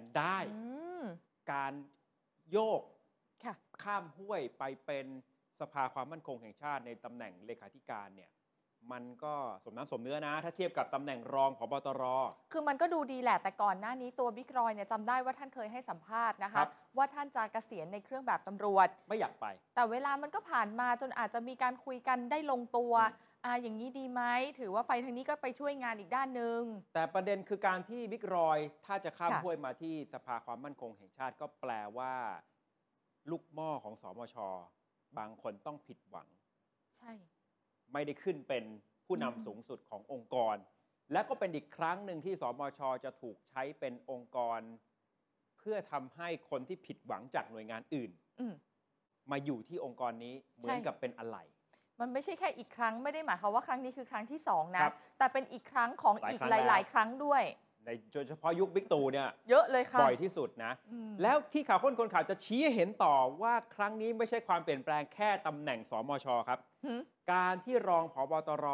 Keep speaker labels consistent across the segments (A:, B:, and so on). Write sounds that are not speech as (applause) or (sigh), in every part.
A: นได้
B: อืม
A: การโยก
B: ค่ะ
A: ข้ามห้วยไปเป็นสภาความมั่นคงแห่งชาติในตำแหน่งเลขาธิการเนี่ยมันก็สมน้ำสมเนื้อนะ ถ้าเทียบกับตำแหน่งรองผบตร
B: คือมันก็ดูดีแหละแต่ก่อนหน้านี้ตัวบิ๊กรอยเนี่ยจำได้ว่าท่านเคยให้สัมภาษณ์นะ
A: ครั
B: คะ
A: บ
B: ว่าท่านจะเกษียณในเครื่องแบบตำรวจ
A: ไม่อยากไป
B: แต่เวลามันก็ผ่านมาจนอาจจะมีการคุยกันได้ลงตัว
A: อืม
B: อ่าอย่างนี้ดีไหมถือว่าไปทางนี้ก็ไปช่วยงานอีกด้านหนึ่ง
A: แต่ประเด็นคือการที่บิ๊กรอย ถ้าจะข้าม
B: ค่ะ
A: ห้วยมาที่สภาความมั่นคงแห่งชาติก็แปลว่า ลูกหม้อของสมช บางคนต้องผิดหวัง
B: ใช่
A: ไม่ได้ขึ้นเป็นผู้นำ
B: อืม
A: สูงสุดขององค์กร และก็เป็นอีกครั้งหนึ่งที่สมช จะถูกใช้เป็นองค์กร เพื่อทำให้คนที่ผิดหวังจากหน่วยงานอื่น
B: อืม
A: มาอยู่ที่องค์กรนี้เหมือนกับเป็นอะไร
B: มันไม่ใช่แค่อีกครั้งไม่ได้หมายความว่าครั้งนี้คือครั้งที่สองนะครับ แต่เป็นอีกครั้งของ
A: หลาย
B: อีก
A: ครั้ง
B: ห
A: แล้ว
B: ลาย ๆ ครั้งด้วย
A: ในโดยเฉพาะยุคบิ๊กตู่เนี่ย
B: เยอะเลยค่ะ
A: บ่อยที่สุดนะ
B: อืม
A: แล้วที่ข่าวค้นคนข่าวจะชี้ให้เห็นต่อว่าครั้งนี้ไม่ใช่ความเปลี่ยนแปลงแค่ตำแหน่งสมชครับ
B: หืม
A: การที่รองผบตร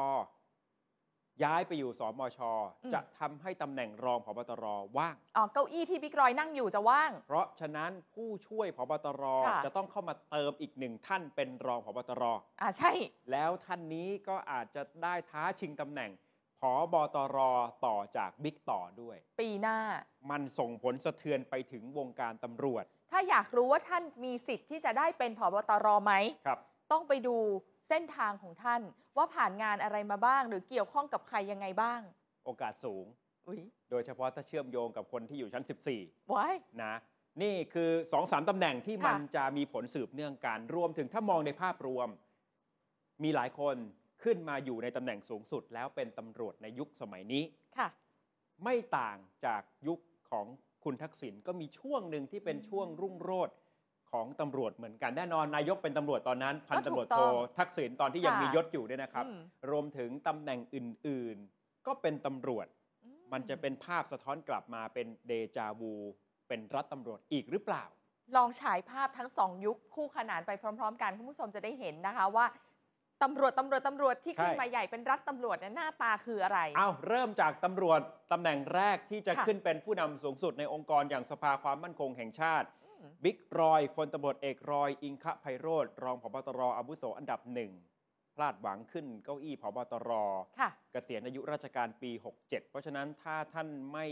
A: ย้ายไปอยู่สมช
B: อืม
A: จะทำให้ตำแหน่งรองผบตรว่าง
B: อ๋อเก้าอี้ที่บิ๊กรอยนั่งอยู่จะว่าง
A: เพราะฉะนั้นผู้ช่วยผบตร
B: ค่ะ
A: จะต้องเข้ามาเติมอีกหนึ่งท่านเป็นรองผบตร
B: อ่าใช่
A: แล้วท่านนี้ก็อาจจะได้ท้าชิงตำแหน่งผบตรต่อจากบิ๊กต่อด้วย
B: ปีหน้า
A: มันส่งผลสะเทือนไปถึงวงการตำรวจ
B: ถ้าอยากรู้ว่าท่านมีสิทธิ์ที่จะได้เป็นผบตรไหม
A: ครับ
B: ต้องไปดูเส้นทางของท่าน ว่าผ่านงานอะไรมาบ้าง หรือเกี่ยวข้องกับใครยังไงบ้าง
A: โอกาสสูง
B: อุ้ย
A: โดยเฉพาะถ้าเชื่อมโยงกับคนที่อยู่ชั้น
B: ว้าย
A: 14 นะ นี่คือ2อสามตำแหน่งที่
B: ค่ะ
A: มันจะมีผลสืบเนื่องกันรวมถึงถ้ามองในภาพรวม มีหลายคนขึ้นมาอยู่ในตำแหน่งสูงสุด แล้วเป็นตำรวจในยุคสมัยนี้
B: ค่ะ
A: ไม่ต่างจากยุคของคุณทักษิณก็มีช่วงหนึ่งที่เป็นช่วงรุ่งโรจน์ของตำรวจเหมือนกันแน่นอนนายกเป็นตำรวจตอนนั้น พันตำรวจโท
B: ก็ถูกต้อง
A: ทักษิณตอนที่ยัง
B: ค่ะ
A: มียศอยู่เนี่ยนะครับ
B: อืม
A: รวมถึงตำแหน่งอื่นๆ ก็เป็นตำรวจ
B: อื
A: มันจะเป็นภาพสะท้อนกลับมาเป็นเดจาวูเป็นรัฐตำรวจอีกหรือเปล่า
B: ลองฉายภาพทั้งสองยุคคู่ขนานไปพร้อม ๆ กันคุณผู้ชมจะได้เห็นนะคะว่าตำรวจตำรวจตำรวจที่
A: ใช่
B: ขึ้นมาใหญ่เป็นรัฐตำรวจเนี่ยหน้าตาคืออะไร
A: เอาเริ่มจากตำรวจตำแหน่งแรกที่จะ
B: ค่ะ
A: ขึ้นเป็นผู้นำสูงสุดในองค์กรอย่างสภาความมั่นคงแห่งชาติ
B: อืม
A: บิ๊กรอยพลตำรวจเอกรอย อิงคะไพโรธรองพบตรอาวุโสอันดับหนึ่งพลาดหวังขึ้นเก้าอี้พบตร
B: ค่ะ
A: เกษียณอายุราชการปี 67 เพราะฉะนั้นถ้าท่านไม่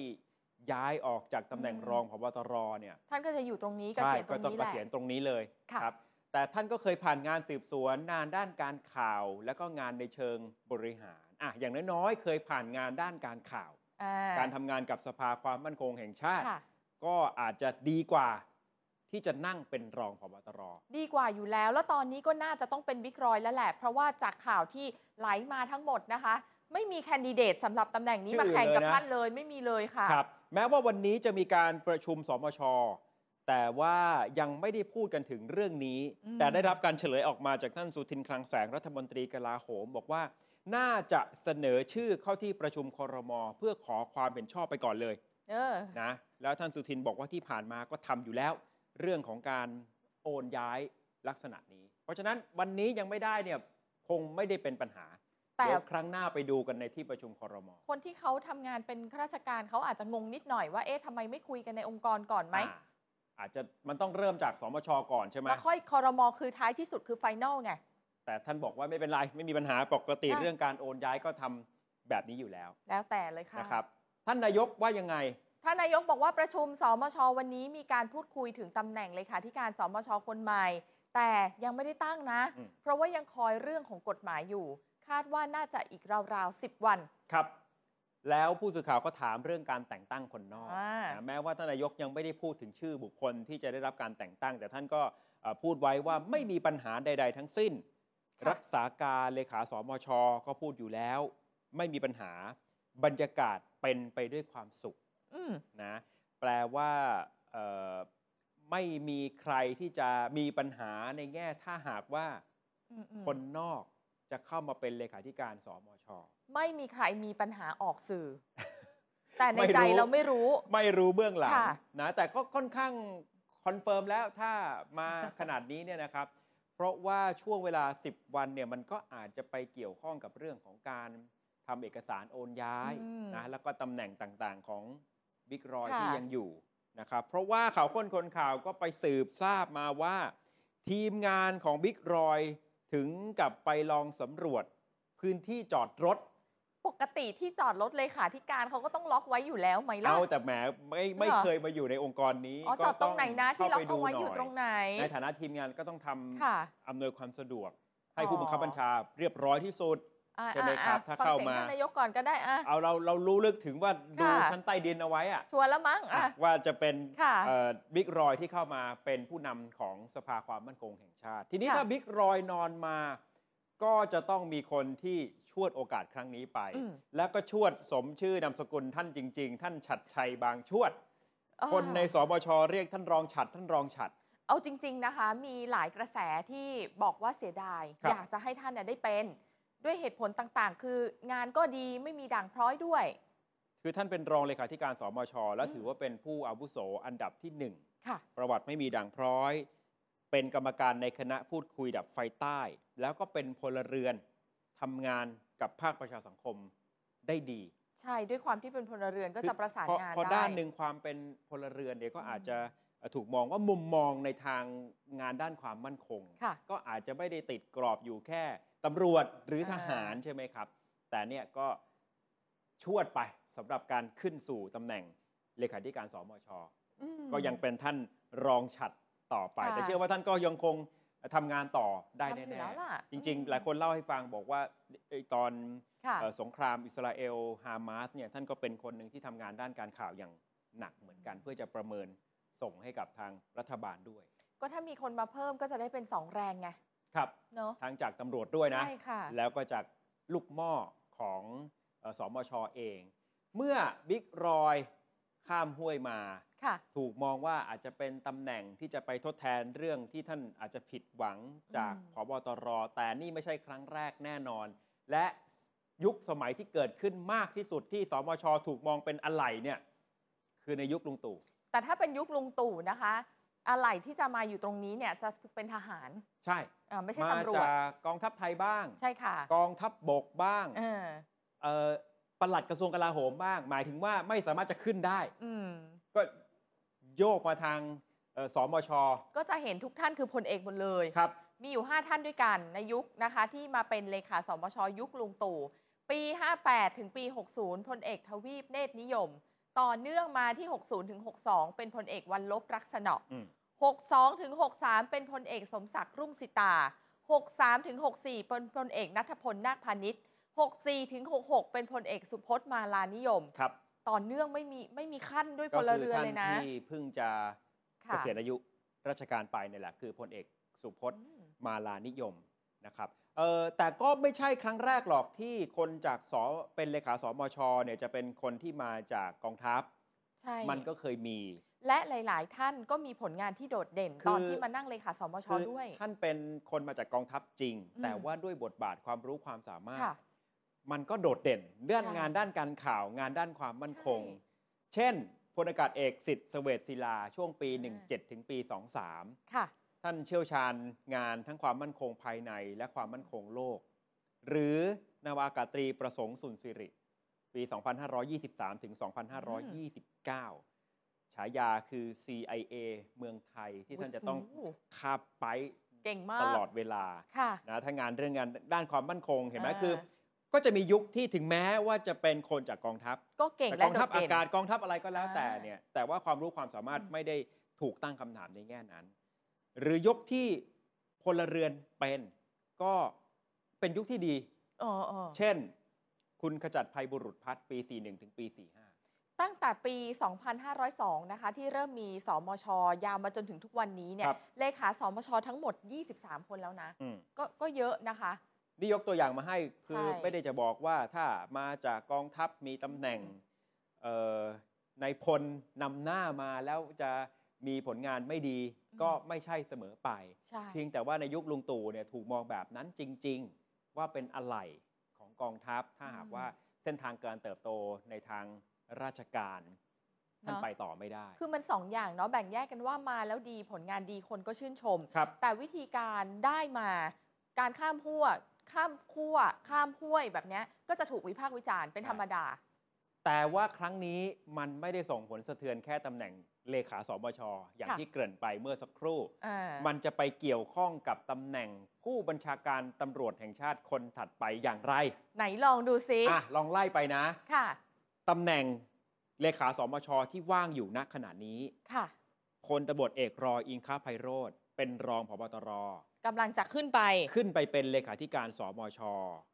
A: ย้ายออกจากตำแหน่ง
B: อืม
A: รองพบตรเนี่ย
B: ท่านก็จะอยู่ตรงนี้เกษียณต
A: ก็
B: รง
A: ต้อง
B: นี้
A: เก
B: แหละ
A: ษียณตรงนี้เลย
B: ค่ะ
A: ครับแต่ท่านก็เคยผ่านงานสืบสวนงานด้านการข่าว และก็งานในเชิงบริหารอ่ะอย่างน้อยๆ เคยผ่านงานด้านการข่าว
B: อ่
A: การทำงานกับสภาความมั่นคงแห่งชาติ
B: ค่ะ
A: ก็อาจจะดีกว่าที่จะนั่งเป็นรองพบตร
B: ดีกว่าอยู่แล้ว แล้วตอนนี้ก็น่าจะต้องเป็นบิ๊กรอยแล้วแหละ เพราะว่าจากข่าวที่ไหลมาทั้งหมดนะคะ ไม่มีแคนดิเดตสำหรับตำแหน่งนี้
A: ชื่อ
B: มาแข่งกับ
A: เลยนะ
B: ท่านเลยไม่มีเลยค่ะ
A: ครับ แม้ว่าวันนี้จะมีการประชุมสมช แต่ว่ายังไม่ได้พูดกันถึงเรื่องนี้
B: อืม
A: แต่ได้รับการเฉลยออกมาจากท่านสุทินคลังแสงรัฐมนตรีกลาโหม บอกว่า น่าจะเสนอชื่อเข้าที่ประชุมครม เพื่อขอความเห็นชอบไปก่อนเลย
B: เออ
A: นะแล้วท่านสุทินบอกว่าที่ผ่านมาก็ทำอยู่แล้ว เรื่องของการโอนย้ายลักษณะนี้ เพราะฉะนั้นวันนี้ยังไม่ได้เนี่ยคงไม่ได้เป็นปัญหา
B: แต่
A: เดี๋ยวครั้งหน้าไปดูกันในที่ประชุมครม
B: คนที่เขาทำงานเป็นข้าราชการเขาอาจจะงงนิดหน่อยว่าเอ๊ะทำไมไม่คุยกันในองค์กรก่อนไหม
A: อ่าอาจจะมันต้องเริ่มจากสมชก่อนใช่ไหม
B: แล้วค่อยคอรมอคือท้ายที่สุดคือไฟนอลไง
A: แต่ท่านบอกว่าไม่เป็นไร ไม่มีปัญหาปกติ
B: อ่ะ
A: เรื่องการโอนย้ายก็ทำแบบนี้อยู่แล้ว
B: แล้วแต่เลยค่ะ
A: นะครับ ท่านนายกว่ายังไง
B: ท่านนายกบอกว่าประชุมสมชวันนี้มีการพูดคุยถึงตำแหน่งเลขาธิการสมชคนใหม่ แต่ยังไม่ได้ตั้งนะ
A: อืม
B: เพราะว่ายังคอยเรื่องของกฎหมายอยู่ คาดว่าน่าจะอีกราวๆสิบวัน
A: ครับ แล้วผู้สื่อข่าวก็ถามเรื่องการแต่งตั้งคนนอก
B: อ่าน
A: ะแม้ว่าท่านนายกยังไม่ได้พูดถึงชื่อบุคคลที่จะได้รับการแต่งตั้ง แต่ท่านก็เอ่อพูดไว้ว่าไม่มีปัญหาใด ๆ ทั้งสิ้น รักษาการเลขาสมช ก็พูดอยู่แล้ว ไม่มีปัญหาบรรยากาศเป็นไปด้วยความสุข
B: อืม
A: นะแปลว่าเอ่อไม่มีใครที่จะมีปัญหาในแง่ถ้าหากว่า
B: อืมอืม
A: คนนอกจะเข้ามาเป็นเลขาธิการสมช
B: ไม่มีใครมีปัญหาออก
A: (laughs)
B: สื่อ แต่ใน
A: ไม่รู้
B: ใจเราไม่รู้
A: ไม่รู้เบื้องหลัง
B: ค่ะ
A: นะแต่ก็ค่อนข้างคอนเฟิร์มแล้วถ้ามาขนาดนี้เนี่ยนะครับ เพราะว่าช่วงเวลา 10 วันเนี่ยมันก็อาจจะไปเกี่ยวข้องกับเรื่องของการทำเอกสารโอนย้าย
B: อืม
A: นะแล้วก็ตำแหน่งต่างๆของบิ๊กรอย
B: ค่ะ
A: ที่ยังอยู่ นะครับเพราะว่าข่าวค้นคนข่าวก็ไปสืบทราบมาว่า ทีมงานของบิ๊กรอยถึงกับไปลองสำรวจพื้นที่จอดรถ
B: ปกติที่จอดรถเลขาธิการเขาก็ต้องล็อกไว้อยู่แล้วไหมล่ะ
A: เอาแต่แหมไม่ไม่
B: เหรอ
A: เคยมาอยู่ในองค์กรนี้
B: อ๋อจอดตรงไหนนะที่ล็อกเอาไว้อยู่ตรงไหน
A: ในฐานะทีมงานก็ต้องทำ
B: ค่ะ
A: อำนวยความสะดวก ให้
B: อ๋อ
A: ผู้บังคับบัญชาเรียบร้อยที่สุด
B: อ่า
A: ใช่ไหม
B: อ่
A: ครับ
B: อ่
A: ถ้า
B: ฟัง
A: เข้า
B: สียง
A: มา
B: ท่นนายกก่อนก็ได้อ่ะ
A: เอาเราเรารู้ลึกถึงว่าดู
B: ค่ะ
A: ชั้นใต้ดินเอาไว้อะ
B: ชัวร์แล้วมั้งอ่ะ
A: อ่ะว่าจะเป็น
B: ค่ะ
A: เอ่อบิ๊กรอยที่เข้ามาเป็นผู้นำของสภาความมั่นคงแห่งชาติ ทีนี้
B: ค่ะ
A: ถ้าบิ๊กรอยนอนมา ก็จะต้องมีคนที่ชวดโอกาสครั้งนี้ไป
B: อืม
A: แล้วก็ชวดสมชื่อนามสกุลท่านจริง ๆ ท่านฉัดชัยบางชวด
B: เอ่อ
A: คนในสบชเรียกท่านรองฉัดท่านรองฉัด
B: เอาจริง ๆนะคะ มีหลายกระแสที่บอกว่าเสียดาย
A: ครับ
B: อยากจะให้ท่านน่ะได้เป็น ด้วยเหตุผลต่างๆ คืองานก็ดีไม่มีด่างพร้อยด้วย
A: คือท่านเป็นรองเลขาธิการสมช และ
B: อืม
A: ถือว่าเป็นผู้อาวุโสอันดับที่หนึ่ง
B: ค่ะ
A: ประวัติไม่มีด่างพร้อย เป็นกรรมการในคณะพูดคุยดับไฟใต้ แล้วก็เป็นพลเรือนทำงานกับภาคประชาสังคมได้ดี
B: ใช่ด้วยความที่เป็นพลเรือนก็จะประสาน
A: เพราะ
B: งาน
A: เพราะ
B: ได้
A: ด้านหนึ่งความเป็นพลเรือนเนี่ยก็
B: อืม
A: อาจจะถูกมองว่ามุมมองในทางงานด้านความมั่นคง
B: ค่ะ
A: ก็อาจจะไม่ได้ติดกรอบอยู่แค่ตำรวจหรือทหาร
B: อ่า
A: ใช่ไหมครับ แต่เนี่ยก็ชวดไปสำหรับการขึ้นสู่ตำแหน่งเลขาธิการสมช
B: อืม
A: ก็ยังเป็นท่านรองฉัดต่อไป
B: ค่ะ
A: แต่เชื่อว่าท่านก็ยังคงทำงานต่อได้
B: ทำอยู่
A: แน่
B: แล้วล่ะ
A: ๆจริง
B: อืม
A: ๆ หลายคนเล่าให้ฟังบอกว่าเอ่อตอน
B: ค่ะ
A: เอ่อสงครามอิสราเอลฮามาสเนี่ยท่านก็เป็นคนหนึ่งที่ทำงานด้านการข่าวอย่างหนักเหมือนกัน เพื่อจะประเมินส่งให้กับทางรัฐบาลด้วย
B: ก็ถ้ามีคนมาเพิ่มก็จะได้เป็นสองแรงไง
A: ครับ
B: เนาะ
A: ทั้งจากตำรวจด้วยนะ
B: ใช่ค่ะ
A: แล้วก็จากลูกหม้อของเอ่อสมชเอง เมื่อบิ๊กรอยข้ามห้วยมา
B: ค่ะ
A: ถูกมองว่าอาจจะเป็นตำแหน่งที่จะไปทดแทนเรื่องที่ท่านอาจจะผิดหวังจาก
B: อืม
A: ผบตร แต่นี่ไม่ใช่ครั้งแรกแน่นอน และยุคสมัยที่เกิดขึ้นมากที่สุดที่สมชถูกมองเป็นอะไหล่เนี่ยคือในยุคลุงตู่
B: แต่ถ้าเป็นยุคลุงตู่นะคะ อะไรที่จะมาอยู่ตรงนี้เนี่ยจะเป็นทหาร
A: ใช่
B: เอ่อไม่ใช่
A: มา
B: ตำรวจ
A: จากกองทัพไทยบ้าง
B: ใช่ค่ะ
A: กองทัพบกบ้าง
B: เออ
A: เอ่อปลัดกระทรวงกลาโหมบ้าง หมายถึงว่าไม่สามารถจะขึ้นได้
B: อืม
A: ก็โยกมาทางเอ่อสมช
B: ก็จะเห็นทุกท่านคือพลเอกหมดเลย
A: ครับ
B: มีอยู่ 5 ท่านด้วยกันในยุคนะคะ ที่มาเป็นเลขาสมชยุคลุงตู่ ปี 58 ถึงปี 60พลเอกทวีปเนตรนิยม ต่อเนื่องมาที่ 60 ถึง 62 เป็นพลเอกวันลบรักษณะ
A: อืม
B: 62 ถึง 63 เป็นพลเอกสมศักดิ์รุ่งสิตา 63 ถึง 64 เป็นพลเอกนัทพลนาคพานิชย์64 ถึง 66 เป็นพลเอกสุพจน์มาลานิยม
A: ครับ
B: ต่อเนื่องไม่มีไม่มีขั้นด้วยพ
A: ก็
B: ล
A: คือ
B: เรือน
A: ท่าน
B: เลยนะ
A: ที่เพิ่งจะเกษียณ
B: ค่ะ
A: อายุราชการไปเนี่ยแหละ คือพลเอกสุพจน์
B: อืม
A: มาลานิยมนะครับเอ่อแต่ก็ไม่ใช่ครั้งแรกหรอกที่คนจากสเป็นเลขาสมชเนี่ยจะเป็นคนที่มาจากกองทัพ
B: ใช่
A: มันก็เคยมี
B: และหลาย ๆ ท่านก็มีผลงานที่โดดเด่น
A: คือ
B: ตอนที่มานั่งเลขาสมช
A: คื
B: ด้วย
A: ท่านเป็นคนมาจากกองทัพจริง
B: อืม
A: แต่ว่าด้วยบทบาทความรู้ความสามารถ
B: ค่ะ
A: มันก็โดดเด่นเรื่อง
B: ใช่
A: งานด้านการข่าวงานด้านความมั่นคง
B: ใช่
A: เช่นพลอากาศเอกสิทธิ์เสเวตศิลา ช่วงปี
B: อ่า
A: 17 ถึงปี 23
B: ค่ะ
A: ท่านเชี่ยวชาญงานทั้งความมั่นคงภายในและความมั่นคงโลก หรือนาวากาตรีประสงค์สุนสิริ ปี 2523 ถึง 2529 ฉายาคือ CIA เมืองไทยที่ท่านจะต้อง
B: โอ้โห
A: คาบไป
B: เก่งมา
A: ต
B: ก
A: ลอดเวลา
B: ค่ะ
A: นะถ้างานเรื่องงานด้านความมั่นคงเห็นไหม
B: อ่า
A: คือ ก็จะมียุคที่ถึงแม้ว่าจะเป็นคนจากกองทัพ
B: ก็เก่ง
A: แต่ก
B: และ
A: อง
B: โด
A: ทัพ
B: ด
A: อา
B: เด่น
A: กาศกองทัพอะไรก็แล้ว
B: อ่า
A: แต่เนี่ยแต่ว่าความรู้ความสามารถ
B: อืม
A: ไม่ได้ถูกตั้งคำถามในแง่นั้น หรือยกที่พลเรือนเป็นก็เป็นยุคที่ดี
B: เออเออ
A: เช่น คุณขจัดภัยบุรุษพัฒน์ปี 41 ถึงปี 45
B: ตั้งแต่ปี 2502 นะคะ ที่เริ่มมีสมช ยาวมาจนถึงทุกวันนี้เนี่ย
A: ครับ
B: เลขาสมช ทั้งหมด 23 คนแล้วนะ
A: อืม
B: ก็ก็เยอะนะคะ
A: นี่ยกตัวอย่างมาให้คือ
B: ใช่
A: ไม่ได้จะบอกว่าถ้ามาจากกองทัพมีตำแหน่ง
B: อืม
A: เอ่อในพลนำหน้ามาแล้วจะมีผลงานไม่ดีก็ไม่ใช่เสมอไป
B: ใช่
A: เพียงแต่ว่าในยุคลุงตู่เนี่ยถูกมองแบบนั้นจริง ๆ ว่าเป็นอะไหล่ของกองทัพ ถ้าหากว่าเส้นทางการเติบโตในทางราชการท่าน
B: เนาะ
A: ไปต่อไม่ได้
B: คือมันสองอย่างเนาะแบ่งแยกกันว่ามาแล้วดีผลงานดีคนก็ชื่นชม
A: ครับ
B: แต่วิธีการได้มาการข้ามขั้วข้ามขั้วข้ามห้วยแบบเนี้ยก็จะถูกวิพากษ์วิจารณ์เป็น
A: ใช่
B: ธรรมดา
A: แต่ว่าครั้งนี้มันไม่ได้ส่งผลสะเทือนแค่ตำแหน่งเลขาสบชอย่าง
B: ค่ะ
A: ที่เกริ่นไปเมื่อสักครู่
B: อ่า
A: มันจะไปเกี่ยวข้องกับตำแหน่งผู้บัญชาการตำรวจแห่งชาติคนถัดไปอย่างไร
B: ไหนลองดูซิ
A: อ่ะลองไล่ไปนะ
B: ค่ะ
A: ตำแหน่งเลขาสมชที่ว่างอยู่ณขณะนี้
B: ค่ะ
A: พลตบทเอกรออิงค้าไพโรธเป็นรองพบตร
B: กำลังจะขึ้นไป
A: ขึ้นไปเป็นเลขาธิการสมช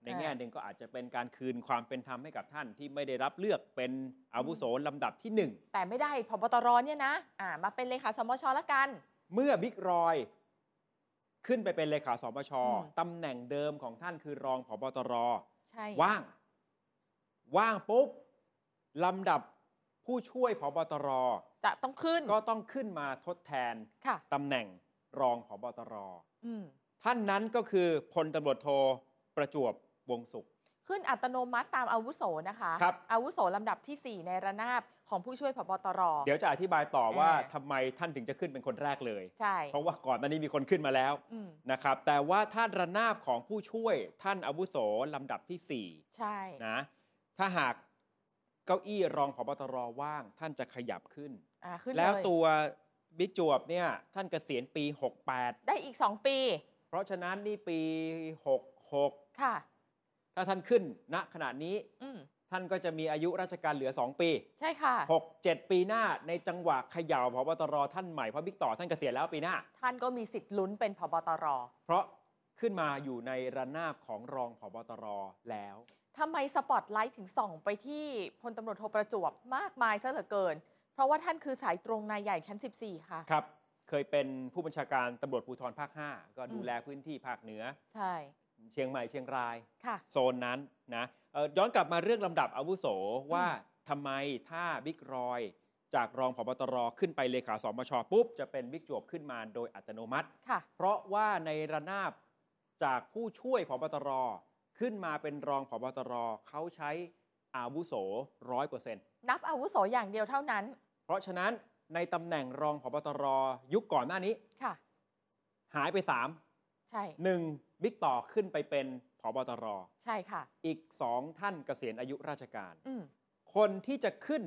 A: ใน
B: อ่า
A: แง่หนึ่งก็อาจจะเป็นการคืนความเป็นธรรมให้กับท่านที่ไม่ได้รับเลือกเป็นอาวุโสลำดับที่หนึ่ง
B: แต่ไม่ได้พบตรเนี่ยนะอ่ามาเป็นเลขาสมชละกัน
A: เมื่อบิ๊กรอย ขึ้นไปเป็นเลขาสมช
B: อืม
A: ตำแหน่งเดิมของท่านคือรองผบตร
B: ใช่
A: ว่าง ว่างปุ๊บ ลำดับผู้ช่วยผบตร
B: จะต้องขึ้น
A: ก็ต้องขึ้นมาทดแทน
B: ค่ะ
A: ตำแหน่งรองผบตร
B: อืม
A: ท่านนั้นก็คือพลตำรวจโทประจวบวงศ์สุข
B: ขึ้นอัตโนมัติตามอาวุโสนะคะ
A: ครับ
B: อาวุโสลำดับทีสี่ 4 ในระนาบของผู้ช่วยพบตร
A: เดี๋ยวจะอธิบายต่อว่า
B: อ่า
A: ทำไมท่านถึงจะขึ้นเป็นคนแรกเลย
B: ใช่
A: เพราะว่าก่อนหน้านี้มีคนขึ้นมาแล้ว
B: อืม
A: นะครับ แต่ว่าท่านระนาบของผู้ช่วยท่านอาวุโสลำดับทีสี่
B: ใช่
A: 4นะถ้าหากเก้าอี้รองผบตรว่าง ท่านจะขยับขึ้น
B: อ่าขึ้น
A: แล้ว
B: เย
A: ตัวบิ๊กจวบเนี่ยท่านเกษียณปี
B: ได้อีก 2 ปี
A: 68 เพราะฉะนั้นนี่ปี 66
B: ค่ะ
A: ถ้าท่านขึ้นณขณะนี้
B: อืม
A: ท่านก็จะมีอายุราชการเหลือ 2 ปี
B: ใช่ค่ะ
A: 67 ปีหน้าในจังหวะเขย่าพบตรท่านใหม่เพราะบิ๊กต่อท่านเกษียณแล้วปีหน้า
B: ท่านก็มีสิทธิ์ลุ้นเป็นพบตร
A: เพราะขึ้นมาอยู่ในระนาบของรองพบตรแล้ว
B: ทำไมสปอตไลท์ถึงส่องไปที่พลตำรวจโทประจวบมากมายซะเหลือเกิน เพราะว่าท่านคือสายตรงนายใหญ่ชั้น 14 ค่ะ
A: ครับ เคยเป็นผู้บัญชาการตำรวจภูธรภาค 5 ก็ดูแลพื้นที่ภาคเหนือ
B: ใช่
A: เชียงใหม่เชียงราย
B: ค่ะ
A: โซนนั้นนะเอ่อย้อนกลับมาเรื่องลำดับอาวุโสว่าทำไมถ้าบิ๊กรอย จากรองผบตรขึ้นไปเลขาสมชปุ๊บ จะเป็นบิ๊กจวบขึ้นมาโดยอัตโนมัติ
B: ค่ะ
A: เพราะว่าในระนาบจากผู้ช่วยผบตรขึ้นมาเป็นรองผบตรเขาใช้อาวุโสร้อยเปอร์เซ็นต์
B: นับอาวุโสอย่างเดียวเท่านั้น
A: เพราะฉะนั้นในตำแหน่งรองผบตรยุคก่อนหน้านี้
B: ค่ะ
A: หายไป 3
B: ใช่
A: 1บิ๊กต่อขึ้นไปเป็นผบตร
B: ใช่ค่ะ
A: อีก 2 ท่านเกษียณอายุราชการ
B: อืม
A: คนที่จะขึ้น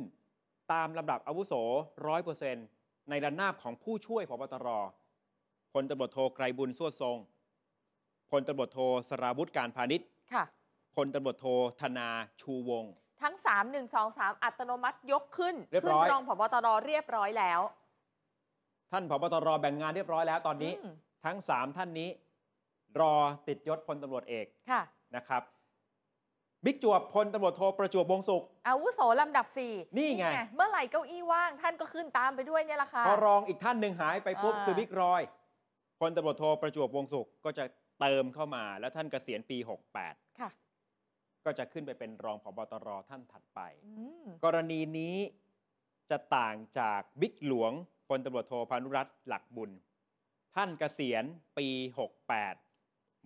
A: ตามลำดับอาวุโสร้อยเปอร์เซนในระนาบของผู้ช่วยพบตรพลตำรวจโทไกรบุญสวดทรงพลตำรวจโทสราวุธการพาณิชย์
B: ค่ะ
A: พลตำรวจโทธนาชูวงศ์
B: ทั้ง 3 1 2 3 อัตโนมัติยกขึ้น
A: เรียบร้
B: ขึ้น
A: อย
B: รองผบตรเรียบร้อยแล้ว
A: ท่านพบตรแบ่งงานเรียบร้อยแล้วตอนนี้
B: อืม
A: ทั้ง 3 ท่านนี้ รอติดยศพลตำรวจเอก
B: ค่ะ
A: นะครับบิ๊กจวบพลตำรวจโทประจวบวงศ์สุข
B: อาวุโสลำดับ 4
A: นี่ไง
B: เมื่อไหร่เก้าอี้ว่างท่านก็ขึ้นตามไปด้วยเนี่ยแหละค่ะ
A: พอรองอีกท่านหนึ่งหายไปปุ๊บ
B: อ่า
A: คือบิ๊กรอยพลตำรวจโทประจวบวงศ์สุขก็จะเติมเข้ามาแล้วท่านเกษียณปี 68
B: ค่ะ
A: ก็จะขึ้นไปเป็นรองผบตรท่านถัดไป
B: อืม
A: กรณีนี้จะต่างจากบิ๊กหลวงพลตำรวจโทพานุรัตน์หลักบุญ ท่านเกษียณปี 68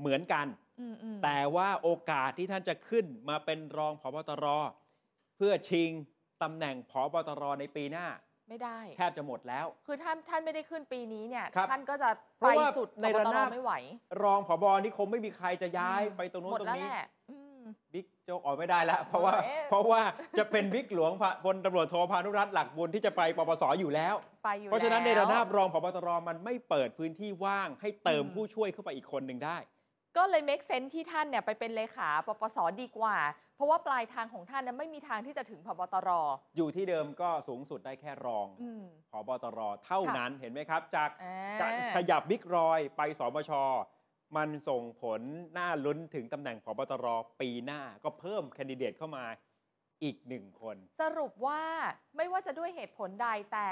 A: เหมือนกัน
B: อืมอืม
A: แต่ว่าโอกาสที่ท่านจะขึ้นมาเป็นรองผบตรเพื่อชิงตำแหน่งผบตรในปีหน้า
B: ไม่ได้
A: แทบจะหมดแล้ว
B: คือท่านท่านไม่ได้ขึ้นปีนี้เนี่ย
A: ครับ
B: ท่านก็จะ
A: เพ
B: ไป
A: ราะว่า
B: สุด
A: ใน
B: พบ
A: ระ
B: ตร
A: นาบ
B: ไม่ไหว
A: รองผบนี่คงไม่มีใครจะย้าย
B: อืม
A: ไปตรงนู้
B: หม
A: น
B: ด
A: ตร
B: แล้ว
A: งนี้
B: แหละอืม
A: บิ๊กโจกออกไม่ได้แล้ว เพราะว่า
B: เอ๊ะ
A: เพราะว่าจะเป็นบิ๊กหลวงพะพลตำรวจโทพานุรัตน์หลักบุญที่จะไปปปสอยู่แล้ว
B: ไปอยู่
A: เพราะฉะนั้นใน
B: แล้ว
A: ระนาบรองผบตรมันไม่เปิดพื้นที่ว่างให้เติม
B: อืม
A: ผู้ช่วยเข้าไปอีกคนหนึ่งได้
B: ก็เลย make sense ที่ท่านเนี่ยไปเป็นเลขาปปสดีกว่า เพราะว่าปลายทางของท่านนั้นไม่มีทางที่จะถึงพบตร
A: อยู่ที่เดิมก็สูงสุดได้แค่รอง
B: อืม
A: ผบตรเท่า
B: ค่ะ
A: นั้นเห็นไหมครับ จาก
B: อ่า
A: การขยับบิ๊กรอยไปสบชมันส่งผลหน้าลุ้นถึงตำแหน่งผบตรปีหน้าก็เพิ่มแคนดิเดตเข้ามาอีกหนึ่งคน
B: สรุปว่าไม่ว่าจะด้วยเหตุผลใดแต่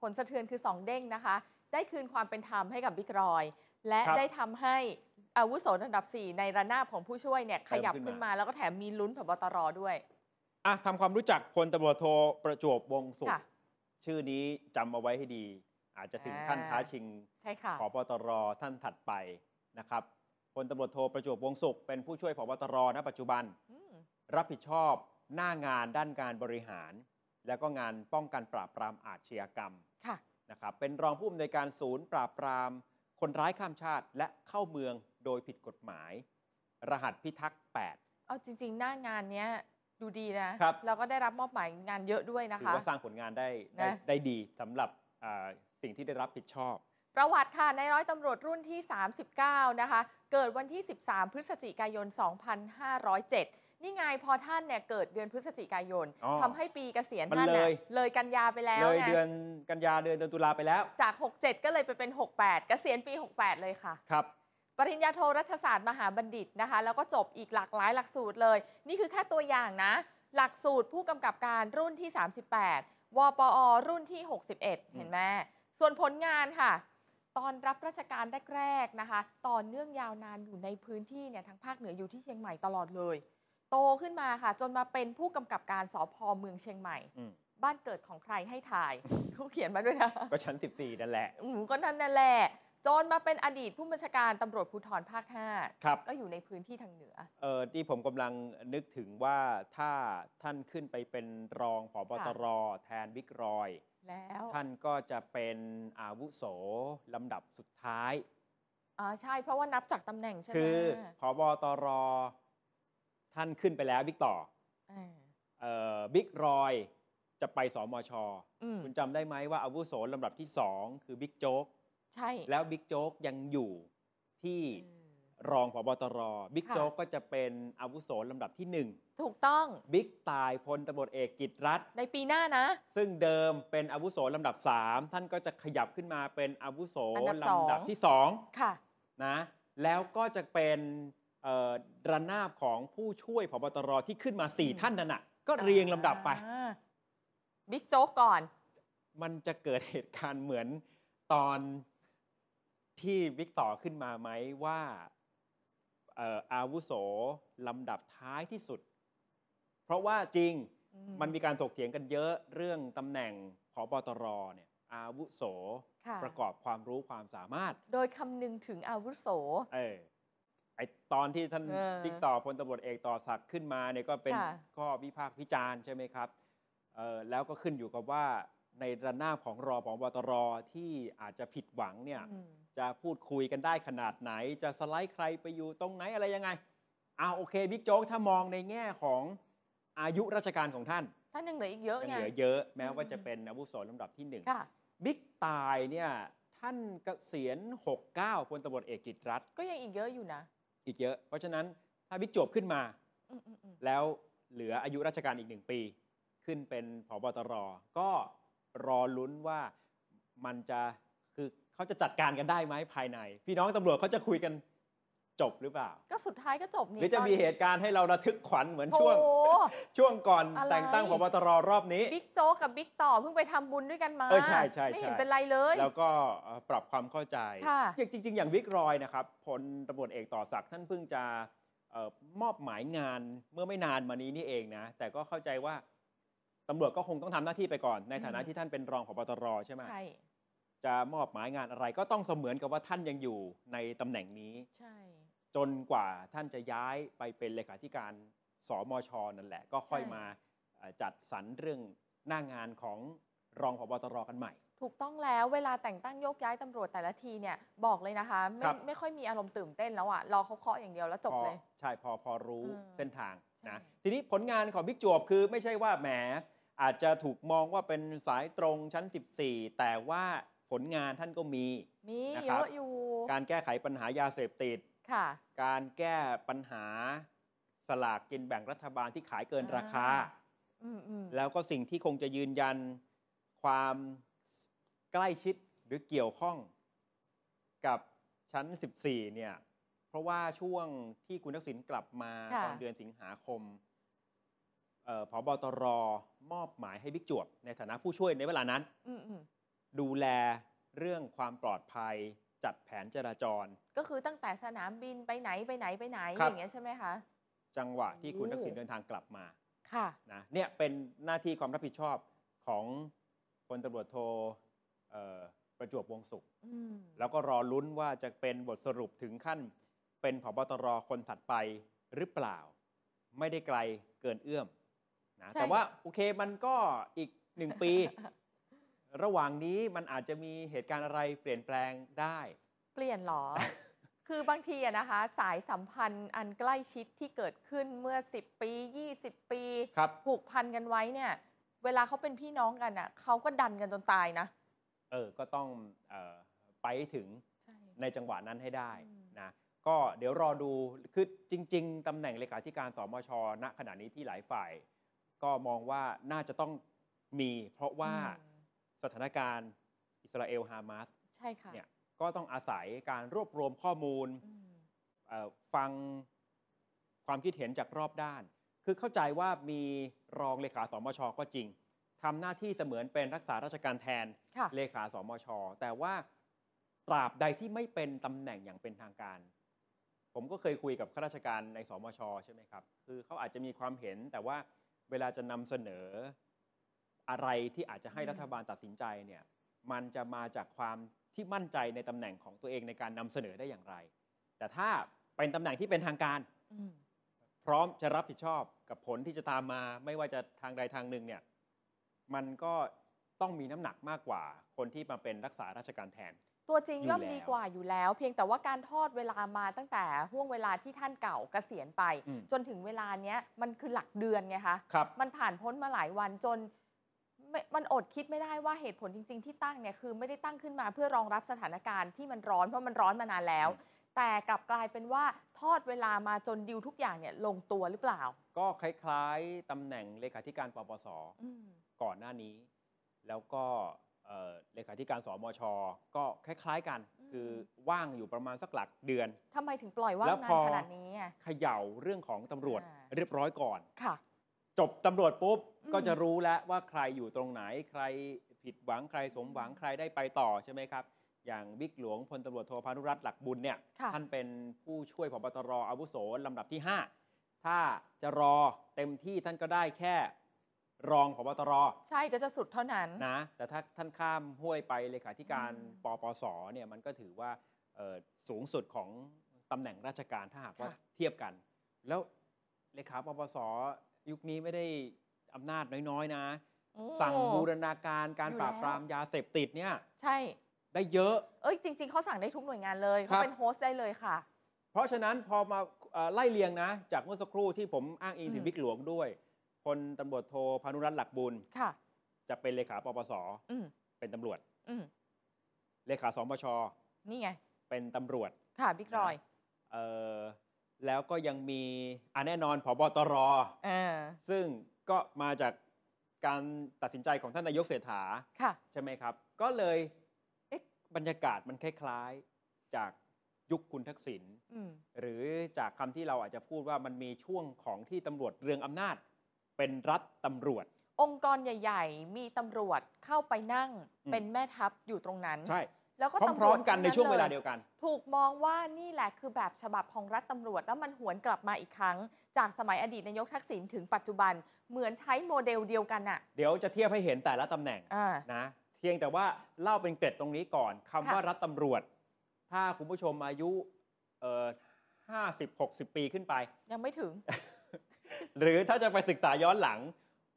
B: ผลสะเทือนคือ 2 เด้งนะคะ ได้คืนความเป็นธรรมให้กับบิ๊กรอย และ
A: ครับ
B: ได้ทำให้อาวุโสอันดับ 4 ในระนาบของผู้ช่วยเนี่ยขยับ
A: เติมขึ้
B: ขึ้น
A: น
B: มา
A: มา
B: แล้วก็แถมมีลุ้นพบตรด้วย
A: อ่ะทำความรู้จักพลตำรวจโทประจวบวงศ์สุข
B: ค่ะ
A: ชื่อนี้จำเอาไว้ให้ดี อาจจะถึงขั้น
B: อ่า
A: ท้าชิง
B: ใช่ค่ะ
A: ผบตรท่านถัดไปนะครับพลตำรวจโทประจวบวงศ์สุข เป็นผู้ช่วยผบตรณปัจจุบัน
B: อืม
A: รับผิดชอบหน้างานด้านการบริหาร แล้วก็งานป้องกันปราบปรามอาชญากรรม
B: ค่ะ
A: นะครับเป็นรองผู้อำนวยการศูนย์ปราบปราม คนร้ายข้ามชาติและเข้าเมืองโดยผิดกฎหมาย รหัสพิทักษ์ 8
B: เอาจริง ๆ หน้างานเนี้ย ดูดีนะครับ เราก็ได้รับมอบหมายงานเยอะด้วยนะ
A: ถือ
B: คะ
A: ว่าสร้างผลงานได้ได้
B: นะ
A: ได้ดีสำหรับอ่าสิ่งที่ได้รับผิดชอบ
B: ประวัติค่ะในายร้อยตำรวจรุ่นที่ 39 นะคะ เกิดวันที่ 13 พฤศจิกายน 2507 นี่ไงพอท่านเนี่ยเกิดเดือนพฤศจิกายน
A: อ๋อ
B: ทำให้ปีเกษียณ
A: มัน
B: ท่าน
A: เล
B: น่ะ
A: ย
B: เลยกันยาไปแล้ว
A: เลย
B: ไง
A: เดือนกันยาเดือนเดือนตุลาไปแล้ว
B: จาก 67 ก็เลยไปเป็น 68 เกษียณปี 68 เลยค่ะ
A: ครับ
B: ปริญญาโทรัฐศาสตร์มหาบัณฑิตนะคะ แล้วก็จบอีกหลากหลายหลักสูตรเลย นี่คือแค่ตัวอย่างนะ หลักสูตรผู้กำกับการรุ่นที่ 38 วปอ รุ่นที่ 61 เห็นไหมส่วนผลงานค่ะ ตอนรับราชการแรก ๆ นะคะ ตอนเนื่องยาวนานอยู่ในพื้นที่เนี่ยทั้งภาคเหนืออยู่ที่เชียงใหม่ตลอดเลย โตขึ้นมาค่ะ จนมาเป็นผู้กำกับการสพเมืองเชียงใหม่
A: อืม
B: บ้านเกิดของใครให้ถ่าย (laughs) เขาเขียนมาด้วยนะ
A: ก็ชั้น 14 นั่นแหละ
B: อืมก็นั่นนั่นแหละจนมาเป็นอดีตผู้บัญชาการตำรวจภูธรภาค
A: ครับ
B: 5 ก็อยู่ในพื้นที่ทางเหนือ
A: เออที่ผมกำลังนึกถึงว่าถ้าท่านขึ้นไปเป็นรองผบตรแทนบิ๊กรอย
B: แล้ว
A: ท่านก็จะเป็นอาวุโสลำดับสุดท้าย
B: อ่าใช่เพราะว่านับจากตำแหน่งใช่ไหม
A: คือผบตรท่านขึ้นไปแล้วบิ๊กต่อ
B: อ่า
A: เอ่อบิ๊กรอยจะไปสมช
B: อืม
A: คุณจำได้ไหมว่าอาวุโสลำดับที่สองคือบิ๊กโจ๊ก
B: ใช่
A: แล้วบิ๊กโจ๊กยังอยู่ที่
B: อืม
A: รองผบตรบิ๊ก
B: ค่ะ
A: โจ๊กก็จะเป็นอาวุโสลำดับที่หนึ่ง
B: ถูกต้อง
A: บิ๊กตายพลตำรวจเอกกิตรัตน์
B: ในปีหน้านะ
A: ซึ่งเดิมเป็นอาวุโสลำดับ 3 ท่านก็จะขยับขึ้นมาเป็นอาวุโส
B: อันดับสอง
A: ลำดับที่
B: ค่ะ
A: 2นะแล้วก็จะเป็นเอ่อระนาบของผู้ช่วยพบตรที่ขึ้นมา
B: อืม
A: 4 ท่านนั่นน่ะก็เรียงลำดับไป
B: อ่าบิ๊กโจ๊กก่อน
A: มันจะเกิดเหตุการณ์เหมือนตอนที่บิ๊กต่อขึ้นมาไหมว่าเอ่ออาวุโสลำดับท้ายที่สุด เพราะว่าจริง
B: อื
A: มันมีการถกเถียงกันเยอะเรื่องตำแหน่งผบตรเนี่ยอาวุโส
B: ค่ะ
A: ประกอบความรู้ความสามารถ
B: โดยคำนึงถึงอาวุโส
A: เออไอตอนที่ท่าน
B: เออ
A: พิกต่อพลตำรวจเอกต่อศักดิ์ขึ้นมาเนี่ยก็เป็น
B: ค่ะ
A: ข้อวิพากษ์วิจารณ์ใช่ไหมครับเออแล้วก็ขึ้นอยู่กับว่าในระนาบของรอผบตรที่อาจจะผิดหวังเนี่ย
B: อืม
A: จะพูดคุยกันได้ขนาดไหน จะสไลด์ใครไปอยู่ตรงไหนอะไรยังไงเอาโอเคบิ๊กโจ๊กถ้ามองในแง่ของอายุราชการของท่าน
B: ท่านยังเหลืออีกเยอะ
A: ยัง
B: ไง
A: เหลือเยอะแม้
B: อืม
A: ว่าจะเป็นอาวุโสลำดับที่หนึ่ง
B: ค่ะ
A: บิ๊กตายเนี่ยท่านเกษียณ 69พลตำรวจเอกกิตรัตน์
B: ก็ยังอีกเยอะอยู่นะ
A: อีกเยอะ เพราะฉะนั้นถ้าบิ๊กจวบขึ้นมา
B: อืมอืมอืม
A: แล้วเหลืออายุราชการอีกหนึ่งปี ขึ้นเป็นผบตร ก็รอลุ้นว่ามันจะคือเขาจะจัดการกันได้ไหมภายใน พี่น้องตำรวจเขาจะคุยกันจบหรือเปล่า
B: ก็สุดท้ายก็จบ
A: ห
B: นี่
A: รือจะมีเหตุการณ์ให้เราระทึกขวัญเหมือนช่วง
B: โอ้โห
A: ช่วงก่อน
B: อะไร
A: แต่งตั้งผบตรรอบนี้
B: บิ๊กโจ๊กกับบิ๊กต่อเพิ่งไปทำบุญด้วยกันมา
A: เออใช่ใช่
B: ไม่เห็น
A: ใช่
B: เป็นไรเลย
A: แล้วก็เอ่อปรับความเข้าใจ
B: ค่ะ
A: จริงจริง ๆ อย่างวิกรอยนะครับพลตำรวจเอกต่อศักดิ์ท่านเพิ่งจะเออมอบหมายงานเมื่อไม่นานมานี้นี่เองนะ แต่ก็เข้าใจว่าตำรวจก็คงต้องทำหน้าที่ไปก่อน ในฐานะที่ท่านเป็นรองผบตรใช่ไหม
B: ใช่
A: จะมอบหมายงานอะไรก็ต้องเสมือนกับว่าท่านยังอยู่ในตำแหน่งนี้
B: ใช่
A: จนกว่าท่านจะย้ายไปเป็นเลขาธิการสมชนั่นแหละ ก็ค่อย
B: ใช่
A: มาเอ่อจัดสรรเรื่องหน้างานของรองผบตรกันใหม่
B: ถูกต้องแล้วเวลาแต่งตั้งโยกย้ายตำรวจแต่ละทีเนี่ยบอกเลยนะคะ
A: ค
B: ไม่
A: รับ
B: ไม่ค่อยมีอารมณ์ตื่นเต้นแล้วอะรอเขาเคาะอย่างเดียวแล้วจบ
A: พอ
B: เลย
A: ใช่พอพอรู้
B: เออ
A: เส้นทางนะ
B: ใช่
A: ทีนี้ผลงานของบิ๊กจวบคือไม่ใช่ว่าแหมอาจจะถูกมองว่าเป็นสายตรงชั้น 14 แต่ว่าผลงานท่านก็มี
B: มี
A: นะ
B: เย
A: ครับ
B: อะอยู่
A: การแก้ไขปัญหายาเสพติด
B: ค่ะ
A: การแก้ปัญหาสลากกินแบ่งรัฐบาลที่ขายเกินราคา
B: อ่า อืมอืม
A: แล้วก็สิ่งที่คงจะยืนยันความใกล้ชิดหรือเกี่ยวข้องกับชั้น 14 เนี่ย เพราะว่าช่วงที่คุณทักษิณกลับมาตอนเดือนสิงหาคมเอ่อผบตรมอบหมายให้บิ๊กจวบ ในฐานะผู้ช่วยในเวลานั้น
B: อืมอืม
A: ดูแลเรื่องความปลอดภัยจัดแผนจราจร
B: ก็คือตั้งแต่สนามบินไปไหนไปไหนไปไหน
A: ครับ
B: อย่างเงี้ยใช่ไหมคะ
A: จังหวะที่คุณ
B: โอ้
A: ทักษิณเดินทางกลับมา
B: ค่ะ
A: นะเนี่ยเป็นหน้าที่ความรับผิดชอบของพลตำรวจโทเอ่อประจวบวงศ์สุข
B: อืม
A: แล้วก็รอลุ้นว่าจะเป็นบทสรุปถึงขั้น เป็นผบตรคนถัดไปหรือเปล่า ไม่ได้ไกลเกินเอื้อมนะแต่ว่าโอเคมันก็อีกหนึ่ง
B: (laughs)
A: ปี ระหว่างนี้มันอาจจะมีเหตุการณ์อะไรเปลี่ยนแปลงได้ (laughs)
B: เปลี่ยนเหรอ คือบางทีอะนะคะ สายสัมพันธ์อันใกล้ชิดที่เกิดขึ้นเมื่อ 10 ปี 20 ปี
A: ครับ
B: ผูกพันกันไว้เนี่ย เวลาเขาเป็นพี่น้องกันอ่ะเขาก็ดันกันจนตายนะ
A: เออ ก็ต้องเออไปให้ถึง
B: ใช่
A: ในจังหวะนั้นให้ได้
B: อืม
A: นะ ก็เดี๋ยวรอดู คือจริง ๆตำแหน่งเลขาธิการสมช ณ ขณะนี้ที่หลายฝ่าย ก็มองว่าน่าจะต้องมี เพราะว่า
B: อืม
A: สถานการณ์อิสราเอลฮามาส
B: ใช่ค่ะ
A: เนี่ย ก็ต้องอาศัยการรวบรวมข้อมูล
B: อืม
A: เอ่อฟังความคิดเห็นจากรอบด้าน คือเข้าใจว่ามีรองเลขาสมช ก็จริง ทำหน้าที่เสมือนเป็นรักษาราชการแทน
B: ค่ะ
A: เลขาสมช แต่ว่าตราบใดที่ไม่เป็นตำแหน่งอย่างเป็นทางการ ผมก็เคยคุยกับข้าราชการในสมช ใช่ไหมครับ คือเขาอาจจะมีความเห็น แต่ว่าเวลาจะนำเสนออะไรที่อาจจะให้
B: อืม
A: รัฐบาลตัดสินใจเนี่ย มันจะมาจากความที่มั่นใจในตำแหน่งของตัวเองในการนำเสนอได้อย่างไร แต่ถ้าเป็นตำแหน่งที่เป็นทางการ
B: อืม
A: พร้อมจะรับผิดชอบกับผลที่จะตามมา ไม่ว่าจะทางใดทางหนึ่งเนี่ยมันก็ต้องมีน้ำหนักมากกว่า คนที่มาเป็นรักษาราชการแทน
B: ตัวจริง
A: อยู่
B: ย่อม
A: แล้ว
B: ดีกว่าอยู่แล้ว เพียงแต่ว่าการทอดเวลามาตั้งแต่ห่วงเวลาที่ท่านเก่าเกษียณไป
A: อืม
B: จนถึงเวลาเนี้ยมันคือหลักเดือนไงคะ
A: ครับ
B: มันผ่านพ้นมาหลายวันจนไม่มันอดคิดไม่ได้ว่าเหตุผลจริง ๆ ที่ตั้งเนี่ยคือไม่ได้ตั้งขึ้นมาเพื่อรองรับสถานการณ์ที่มันร้อนเพราะมันร้อนมานานแล้ว
A: อื
B: แต่กลับกลายเป็นว่าทอดเวลามาจนดิวทุกอย่างเนี่ยลงตัวหรือเปล่า
A: ก็คล้ายๆตำแหน่งเลขาธิการปปส
B: อืม
A: ก่อนหน้านี้ แล้วก็เอ่อเลขาธิการสมช ก็คล้ายๆกัน คือว่างอยู่ประมาณสักหลักเดือน
B: ทำไมถึงปล่อยว่า
A: แล้วน
B: งาน
A: พอ
B: ขนาดนี้อะ
A: เขย่าเรื่องของตำรวจ
B: อ่า
A: เรียบร้อยก่อน
B: ค่ะ
A: จบตำรวจปุ๊บ
B: อืม
A: ก็จะรู้แล้วว่าใครอยู่ตรงไหนใครผิดหวังใครสมหวังใครได้ไปต่อใช่ไหมครับ อย่างบิ๊กหลวงพลตำรวจโทพานุรัตน์หลักบุญเนี่ย
B: ค่ะ
A: ท่านเป็นผู้ช่วยผบตรอาวุโสลำดับที่ 5 ถ้าจะรอเต็มที่ท่านก็ได้แค่รองผบตร
B: ใช่ก็จะสุดเท่านั้น
A: นะแต่ถ้าท่านข้ามห้วยไปเลขาธิการ
B: อืม
A: ปปสเนี่ยมันก็ถือว่าเอ่อสูงสุดของตำแหน่งราชการถ้าหากว่า
B: ค่ะ
A: เทียบกัน แล้วเลขาปปสยุคนี้ไม่ได้อำนาจน้อยๆนะ
B: โอ้
A: สั่งบูรณาการการ
B: อยู่
A: ปราบ
B: แล้ว
A: ปรามยาเสพติดเนี่ย
B: ใช่
A: ได้เยอะ
B: เอ้ยจริง ๆเขาสั่งได้ทุกหน่วยงานเลย
A: ครั
B: เขา
A: บ
B: เป็นโฮสต์ได้เลยค่ะ
A: เพราะฉะนั้นพอมาเอ่อไล่เลียงนะ จากเมื่อสักครู่ที่ผมอ้างอิงถึ
B: อื
A: ง
B: ม
A: บิ๊กหลวงด้วยพลตำรวจโทพานุรัตน์หลักบุญ
B: ค่ะ
A: จะเป็นเลขาปปส
B: อืม
A: เป็นตำรวจ
B: อืม
A: เลขาสปช
B: นี่ไง
A: เป็นตำรวจ
B: ค่ะบิ๊กรอย
A: เอ่อแล้วก็ยังมีอ่ะแน่นอนผบตร
B: เออ
A: ซึ่งก็มาจากการตัดสินใจของท่านนายกเศรษฐา
B: ค่ะ
A: ใช่ไหมครับ ก็เลยเอ๊ะบรรยากาศมันคล้ายๆ จากยุคคุณทักษิณ
B: อืม
A: หรือจากคำที่เราอาจจะพูดว่ามันมีช่วงของที่ตำรวจเรืองอำนาจ เป็นรัฐตำรวจ
B: องค์กรใหญ่ ๆ มีตำรวจเข้าไปนั่ง
A: อืม
B: เป็นแม่ทัพอยู่ตรงนั้น
A: ใช่
B: แล้วก็
A: พร้อมๆกันในช่วงเวลาเดี
B: ว
A: ยวกัน
B: ถูกมองว่านี่แหละคือแบบฉบับของรัฐตำรวจ แล้วมันหวนกลับมาอีกครั้ง จากสมัยอดีตนายกทักษิณถึงปัจจุบันเหมือนใช้โมเดลเดียวกันน่ะ
A: เดี๋ยวจะเทียบให้เห็นแต่ละตำแหน่ง
B: อ่า
A: นะเพียงแต่ว่าเล่าเป็นเกร็ดตรงนี้ก่อนคำว่า
B: ค่ะ
A: รัฐตำรวจ ถ้าคุณผู้ชมอายุเอ่อห้าสิบหกสิบปีขึ้นไป
B: ยังไม่ถึง
A: หรือถ้าจะไปศึกษาย้อนหลัง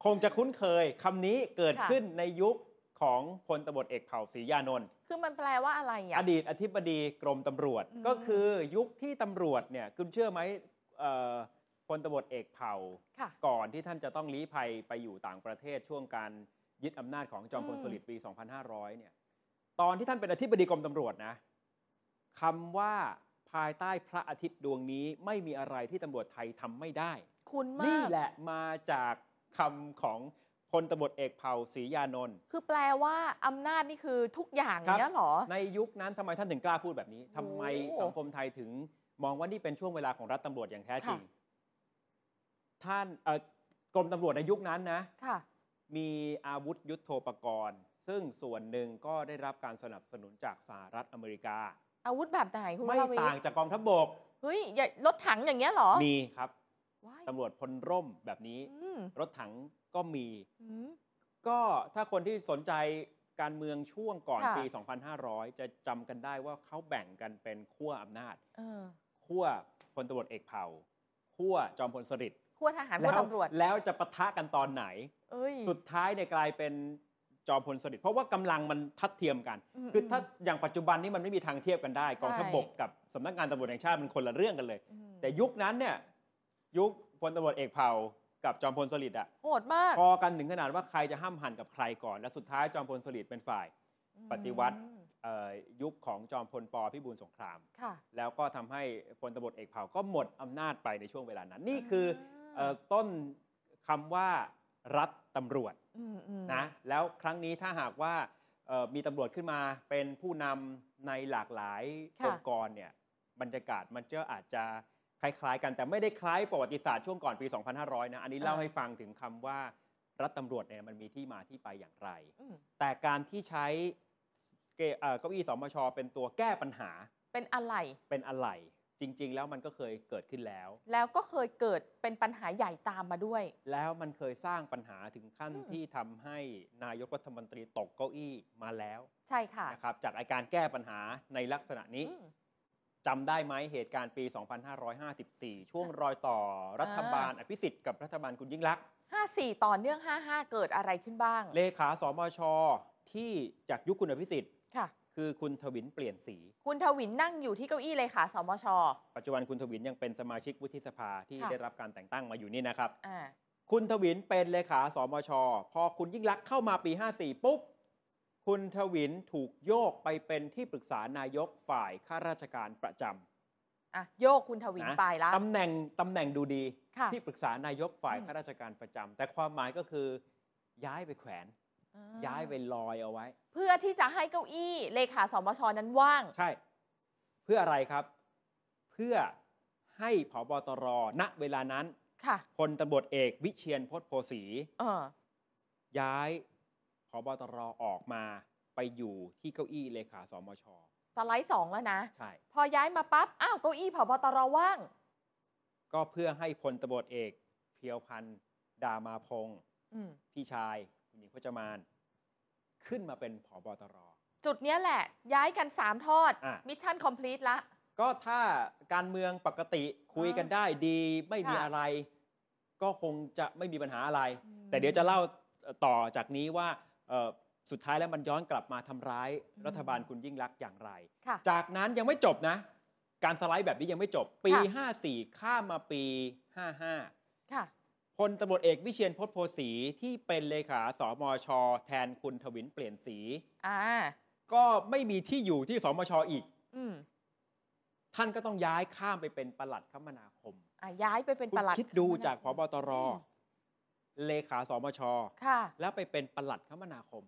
A: คงจะคุ้นเคยคำนี้เกิด
B: ค่ะ
A: ขึ้นในยุคของพลตบทเอกเผ่าศรียานนท์
B: คือมันแปลว่าอะไร
A: อ
B: อ่ะ
A: ดีตอธิบดีกรมตำรวจ
B: อืม
A: ก็คือยุคที่ตำรวจเนี่ยคุณเชื่อไหมเอ่อพลตบทเอกเผ่า
B: ค่ะ
A: ก่อนที่ท่านจะต้องลี้ภัยไปอยู่ต่างประเทศช่วงการยึดอำนาจของจอมพล
B: อืม
A: สฤษดิ์ปี 2500 เนี่ยตอนที่ท่านเป็นอธิบดีกรมตำรวจนะคำว่าภายใต้พระอาทิตย์ดวงนี้ไม่มีอะไรที่ตำรวจไทยทำไม่ได้
B: คุณมาก
A: นี่แหละมาจากคำของพลตบทเอกเผ่าศรียานนท์
B: คือแปลว่าอำนาจนี่คือทุกอย่าง
A: ครับ
B: เนี้ยเหรอ
A: ในยุคนั้นทำไมท่านถึงกล้าพูดแบบนี้
B: โอ้
A: ทำไมสังคมไทยถึงมองว่านี่เป็นช่วงเวลาของรัฐตำรวจอย่างแท้จริง
B: ค่ะ
A: ท่านเอ่อกรมตำรวจในยุคนั้นนะ
B: ค่ะ
A: มีอาวุธยุโทโธปกรณ์ ซึ่งส่วนหนึ่งก็ได้รับการสนับสนุนจากสหรัฐอเมริกา
B: อาวุธแบบไหนคุณ
A: ไม่
B: วราวิท
A: ต่าง
B: ย์
A: จากกองทัพบก
B: เฮ้ยอย่ารถถังอย่างเงี้ยเหรอ
A: มีครับ
B: ว้าย
A: ตำรวจพลร่มแบบนี้
B: อืม
A: รถถังก็มี
B: อืม
A: ก็ถ้าคนที่สนใจการเมืองช่วงก่อน
B: ค่ะ
A: ปี 2500 จะจำกันได้ว่าเขาแบ่งกันเป็นขั้วอำนาจ
B: เออ
A: ขั้วพลตำรวจเอกเผ่าขั้วจอมพลสฤษดิ์
B: ขั้วทหารขั้ว
A: แล้ว
B: ตำรวจ
A: แล้วจะปะทะกันตอนไหน
B: เอ้ย
A: สุดท้ายเนี่ยกลายเป็น จอมพลสฤษดิ์เพราะว่ากำลังมันทัดเทียมกัน
B: ม
A: คือถ้าอย่างปัจจุบันนี้มันไม่มีทางเทียบกันได้
B: ใช่
A: กองทัพบกกับสำนักงานตำรวจแห่งชาติมันคนละเรื่องกันเลย
B: อืม
A: แต่ยุคนั้นเนี่ยยุคพลตำรวจเอกเผ่ากับจอมพลสฤษดิ์อะ
B: โหดมาก
A: พอกันถึงขนาดว่าใครจะห้ามหันกับใครก่อน และสุดท้ายจอมพลสฤษดิ์เป็นฝ่าย ปฏิวัติ
B: อืม
A: เอ่อยุคของจอมพลปพิบูลสงคราม
B: ค่ะ
A: แล้วก็ทำให้พลตำรวจเอกเผ่าก็หมดอำนาจไปในช่วงเวลานั้น นี่คือเอ่อต้นคำว่ารัฐตำรวจ
B: มอืม
A: นะแล้วครั้งนี้ถ้าหากว่าเอ่อมีตำรวจขึ้นมาเป็นผู้นำในหลากหลายองค์กรเนี่ยบรรยากาศมันจะอาจจะคล้ายๆ กันแต่ไม่ได้คล้ายประวัติศาสตร์ช่วงก่อนปี 2500 นะ อันนี้เล่าให้ฟังถึงคำว่ารัฐตำรวจเนี่ยมันมีที่มาที่ไปอย่างไร
B: อืม
A: แต่การที่ใช้เกเอ่อเก้าอี้สมชเป็นตัวแก้ปัญหา
B: เป็นอะไร
A: เป็นอะไร จริง ๆ แล้วมันก็เคยเกิดขึ้นแล้ว
B: แล้วก็เคยเกิดเป็นปัญหาใหญ่ตามมาด้วย
A: แล้วมันเคยสร้างปัญหาถึงขั้น
B: อืม
A: ที่ทำให้นายกรัฐมนตรีตกเก้าอี้มาแล้ว
B: ใช่ค่ะ
A: นะครับจากอาการแก้ปัญหาในลักษณะนี้
B: อืม
A: จำได้ไหมเหตุการณ์ปี 2554 ช่วงรอยต่อรัฐบาลอภิสิทธิ์กับรัฐบาลคุณยิ่งลักษณ์
B: 54 ต่อเนื่อง 55 เกิดอะไรขึ้นบ้าง
A: เลขาสมช ที่จากยุคคุณอภิสิทธิ์
B: ค่ะ
A: คือคุณทวินเปลี่ยนสี
B: คุณทวินนั่งอยู่ที่เก้าอี้เลยค่ะสมช
A: ปัจจุบันคุณทวินยังเป็นสมาชิกวุฒิสภาที่
B: ค่ะ
A: ได้รับการแต่งตั้งมาอยู่นี่นะครับ
B: อ่า
A: คุณทวินเป็นเลขาสมช พอคุณยิ่งลักษณ์เข้ามาปี 54 ปุ๊บ คุณทวินถูกโยกไปเป็นที่ปรึกษานายกฝ่ายข้าราชการประจำ
B: อ่ะ โยกคุณทวิน
A: นะ
B: ไปละ
A: ตำแหน่งตำแหน่งดูดี
B: ค่ะ
A: ที่ปรึกษานายกฝ่าย
B: อืม
A: ข้าราชการประจำแต่ความหมายก็คือ ย้ายไปแขวน
B: อ่
A: ย้ายไปลอยเอาไว้
B: เพื่อที่จะให้เก้าอี้เลขาสมชนั้นว่าง
A: ใช่ เพื่ออะไรครับ เพื่อให้ผบตรณเวลานั้น
B: ค่ะ
A: พลตำรวจเอกวิเชียนพจน์โพสี
B: เออ
A: ย้ายผบตรออกมาไปอยู่ที่เก้าอี้เลขาสมช
B: สไลด์สองแล้วนะ
A: ใช่
B: พอย้ายมาปั๊บ อ้าว เก้าอี้ผบตรว่าง
A: ก็เพื่อให้พลตำรวจเอกเพียวพันธ์ดามาพงศ์
B: อืม
A: พี่ชายคุณหญิงพจมาน ขึ้นมาเป็นผบตร
B: จุดเนี้ยแหละ ย้ายกัน 3 ทอด
A: อ่ะ
B: มิชชั่นคอมพลีทละ
A: ก็ถ้าการเมืองปกติคุยกันได้ดีไม่มี
B: ค่ะ
A: อะไร ก็คงจะไม่มีปัญหาอะไร
B: อืม
A: แต่เดี๋ยวจะเล่าต่อจากนี้ว่าเอ่อสุดท้ายแล้วมันย้อนกลับมาทำร้าย
B: อืม
A: รัฐบาลคุณยิ่งรักษณ์อย่างไร
B: ค่ะ
A: จากนั้นยังไม่จบนะ การสไลด์แบบนี้ยังไม่จบ ปี
B: ค่ะ
A: 54 ข้ามมาปี 55
B: ค่ะ
A: พลตำรวจเอกวิเชียนพจน์โพสีที่เป็นเลขาสมช แทนคุณทวินเปลี่ยนสี
B: อ่า
A: ก็ไม่มีที่อยู่ที่สมชอีก
B: อืม
A: ท่านก็ต้องย้ายข้ามไปเป็นปลัดคมนาคม
B: อ่ะ ย้ายไปเป็น
A: คุ
B: ป
A: ณ
B: ลัด
A: คิดดูจากพบตร
B: อืม
A: เลขาสมช
B: ค่ะ
A: แล้วไปเป็นปลัดคมนาคม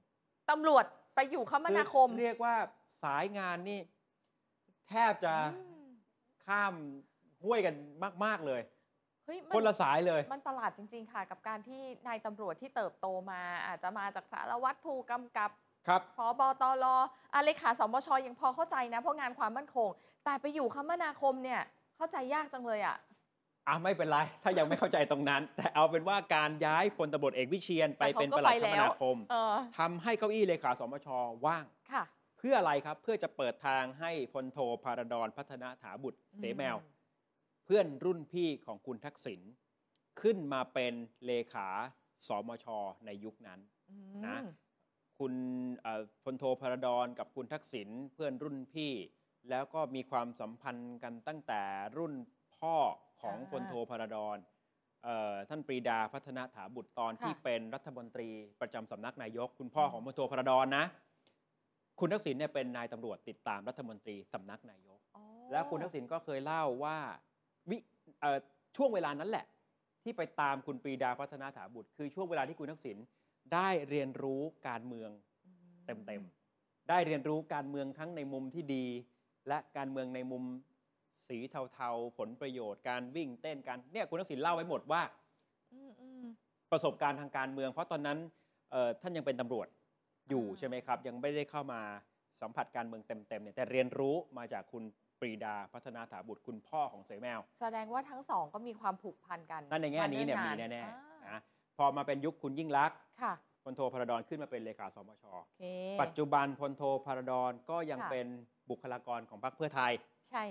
B: ตำรวจไปอยู่คมนาคม
A: อเรียกว่าสายงานนี่ แทบจะ
B: อืม
A: ข้ามห้วยกันมาก ๆ เลย
B: เฮ้ยมั
A: คนละสายเลย
B: มันประหลาดจริง ๆ ค่ะ กับการที่นายตำรวจที่เติบโตมา อาจจะมาจากสารวัตรผู้กำกับ
A: ครับ
B: พอบอตรอะเลขาสมชยังพอเข้าใจนะ เพราะงานความมั่นคง แต่ไปอยู่คมนาคมเนี่ย เข้าใจยากจังเลยอะ่ะ
A: อ่ะ ไม่เป็นไร ถ้ายังไม่เข้าใจตรงนั้น (laughs) แต่เอาเป็นว่าการย้ายพลตำรวจเอกวิเชียนไปเป็นปลัดคมนาคม
B: เออ
A: ทำให้เก้าอี้เลขาสมช ว่าง
B: ค่ะ
A: เพื่ออะไรครับ เพื่อจะเปิดทางให้พลโทพารดรพัฒนาถาบุตรเสแมว เพื่อนรุ่นพี่ของคุณทักษิณขึ้นมาเป็นเลขาสมช ในยุคนั้น
B: อืม
A: นะ คุณเอ่อพลโทพระดรกับคุณทักษิณเพื่อนรุ่นพี่ แล้วก็มีความสัมพันธ์กันตั้งแต่รุ่นพ่อของพลโทพระดรเอ่อท่านปรีดาพัฒนาถาบุตรตอนที่เป็นรัฐมนตรีประจำสำนักนายก คุณพ่อของพลโทพระดรนะ คุณทักษิณเนี่ยเป็นนายตำรวจติดตามรัฐมนตรีสำนักนายก
B: อ๋อ
A: แล้วคุณทักษิณก็เคยเล่าว่าวิเอ่อช่วงเวลานั้นแหละ ที่ไปตามคุณปรีดาพัฒนาถาบุตร คือช่วงเวลาที่คุณทักษิณได้เรียนรู้การเมืองเต็มๆได้เรียนรู้การเมืองทั้งในมุมที่ดี และการเมืองในมุมสีเทาๆ ผลประโยชน์การวิ่งเต้นการเนี่ยคุณทักษิณเล่าไว้หมดว่า
B: อืมอืม
A: ประสบการณ์ทางการเมืองเพราะตอนนั้นเอ่อท่านยังเป็นตำรวจอยู่
B: อ่า
A: ใช่ไหมครับ ยังไม่ได้เข้ามาสัมผัสการเมืองเต็มๆเนี่ยแต่เรียนรู้มาจากคุณปรีดาพัฒนาถาบุตรคุณพ่อของเสแมว
B: แสดงว่าทั้งสองก็มีความผูกพันกัน
A: นั่นในแง่นี้เนี่ยมี
B: า
A: แน่
B: อ่า
A: ๆนะพอมาเป็นยุคคุณยิ่งลักษณ์
B: ค่ะ
A: พลโทพระดอนขึ้นมาเป็นเลขาสมช
B: โอเค
A: ปัจจุบันพลโทพระดอนก็ยังเป็นบุคลากรของพรรคเพื่อไทย
B: ใช่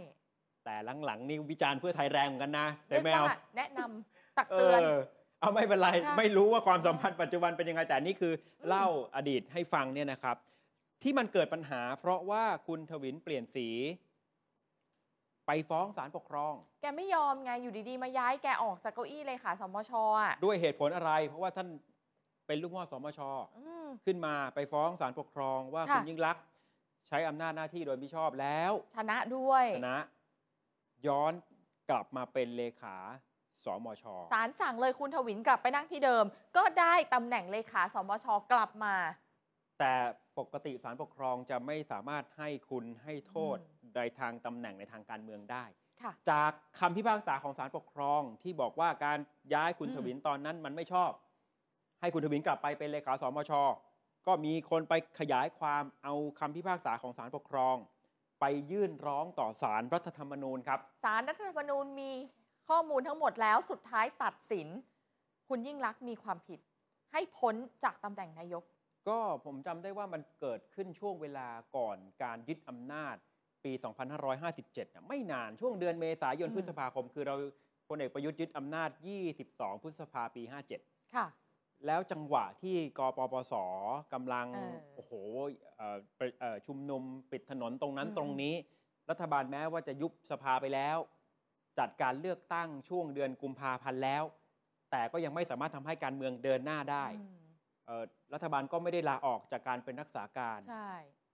A: แต่หลังๆนี่วิจารณ์เพื่อไทยแรงเหมือนกันนะเส
B: เรียก
A: แมว
B: ว่าแนะนำตักเตือน
A: เออ เอาไม่เป็นไร
B: ค่ะ
A: ไม่รู้ว่าความสัมพันธ์ปัจจุบันเป็นยังไง แต่นี่คืออ
B: ม
A: เล่าอดีตให้ฟังเนี่ยนะครับ ที่มันเกิดปัญหา เพราะว่าคุณทวินเปลี่ยนสี ไปฟ้องศาลปกครอง
B: แกไม่ยอมไงอยู่ดีๆ มาย้ายแกออกจากเก้าอี้เลยค่ะสมชอ่ะ
A: ด้วยเหตุผลอะไร เพราะว่าท่านเป็นลูกม่อสมช
B: อืม
A: ขึ้นมาไปฟ้องศาลปกครองว่า
B: ค่ะ
A: คุณยิ่งลักษณ์ใช้อำนาจหน้าที่โดยมิชอบแล้ว
B: ชนะด้วย
A: ชนะย้อนกลับมาเป็นเลขาสมช
B: ศาลสั่งเลยคุณทวินกลับไปนั่งที่เดิม ก็ได้ตำแหน่งเลขาสมชกลับมา
A: แต่ปกติศาลปกครองจะไม่สามารถให้คุณให้โทษ
B: อืม
A: ในทางตำแหน่งในทางการเมืองได้
B: ค่ะ
A: จากคำพิพากษาของศาลปกครองที่บอกว่าการย้ายคุณ
B: อืม
A: ทวินตอนนั้นมันไม่ชอบ ให้คุณทวินกลับไปเป็นเลขาสมช ก็มีคนไปขยายความเอาคำพิพากษาของศาลปกครอง ไปยื่นร้องต่อศาลรัฐธรรมนูญครับ
B: สารรัฐธรรมนูญมีข้อมูลทั้งหมดแล้วสุดท้ายตัดสิน คุณยิ่งรักษณ์มีความผิด ให้พ้นจากตำแหน่งนายก
A: ก็ผมจำได้ว่ามันเกิดขึ้นช่วงเวลาก่อนการยึดอำนาจปี 2557นะไม่นานช่วงเดือนเมษายน
B: อืม
A: พฤษภาคม คือเราพลเอกประยุทธ์ยึดอำนาจ 22 พฤษภาปี 57
B: ค่ะ
A: แล้วจังหวะที่กปปสกำลัง
B: เออ
A: โอ้โหเอ่อไปเอ่อชุมนุมปิดถนนตรงนั้น
B: อืม
A: ตรงนี้ รัฐบาลแม้ว่าจะยุบสภาไปแล้ว จัดการเลือกตั้งช่วงเดือนกุมภาพันธ์แล้ว แต่ก็ยังไม่สามารถทำให้การเมืองเดินหน้าได้
B: อืม
A: เอ่อรัฐบาลก็ไม่ได้ลาออกจากการเป็นรักษาการ
B: ใช่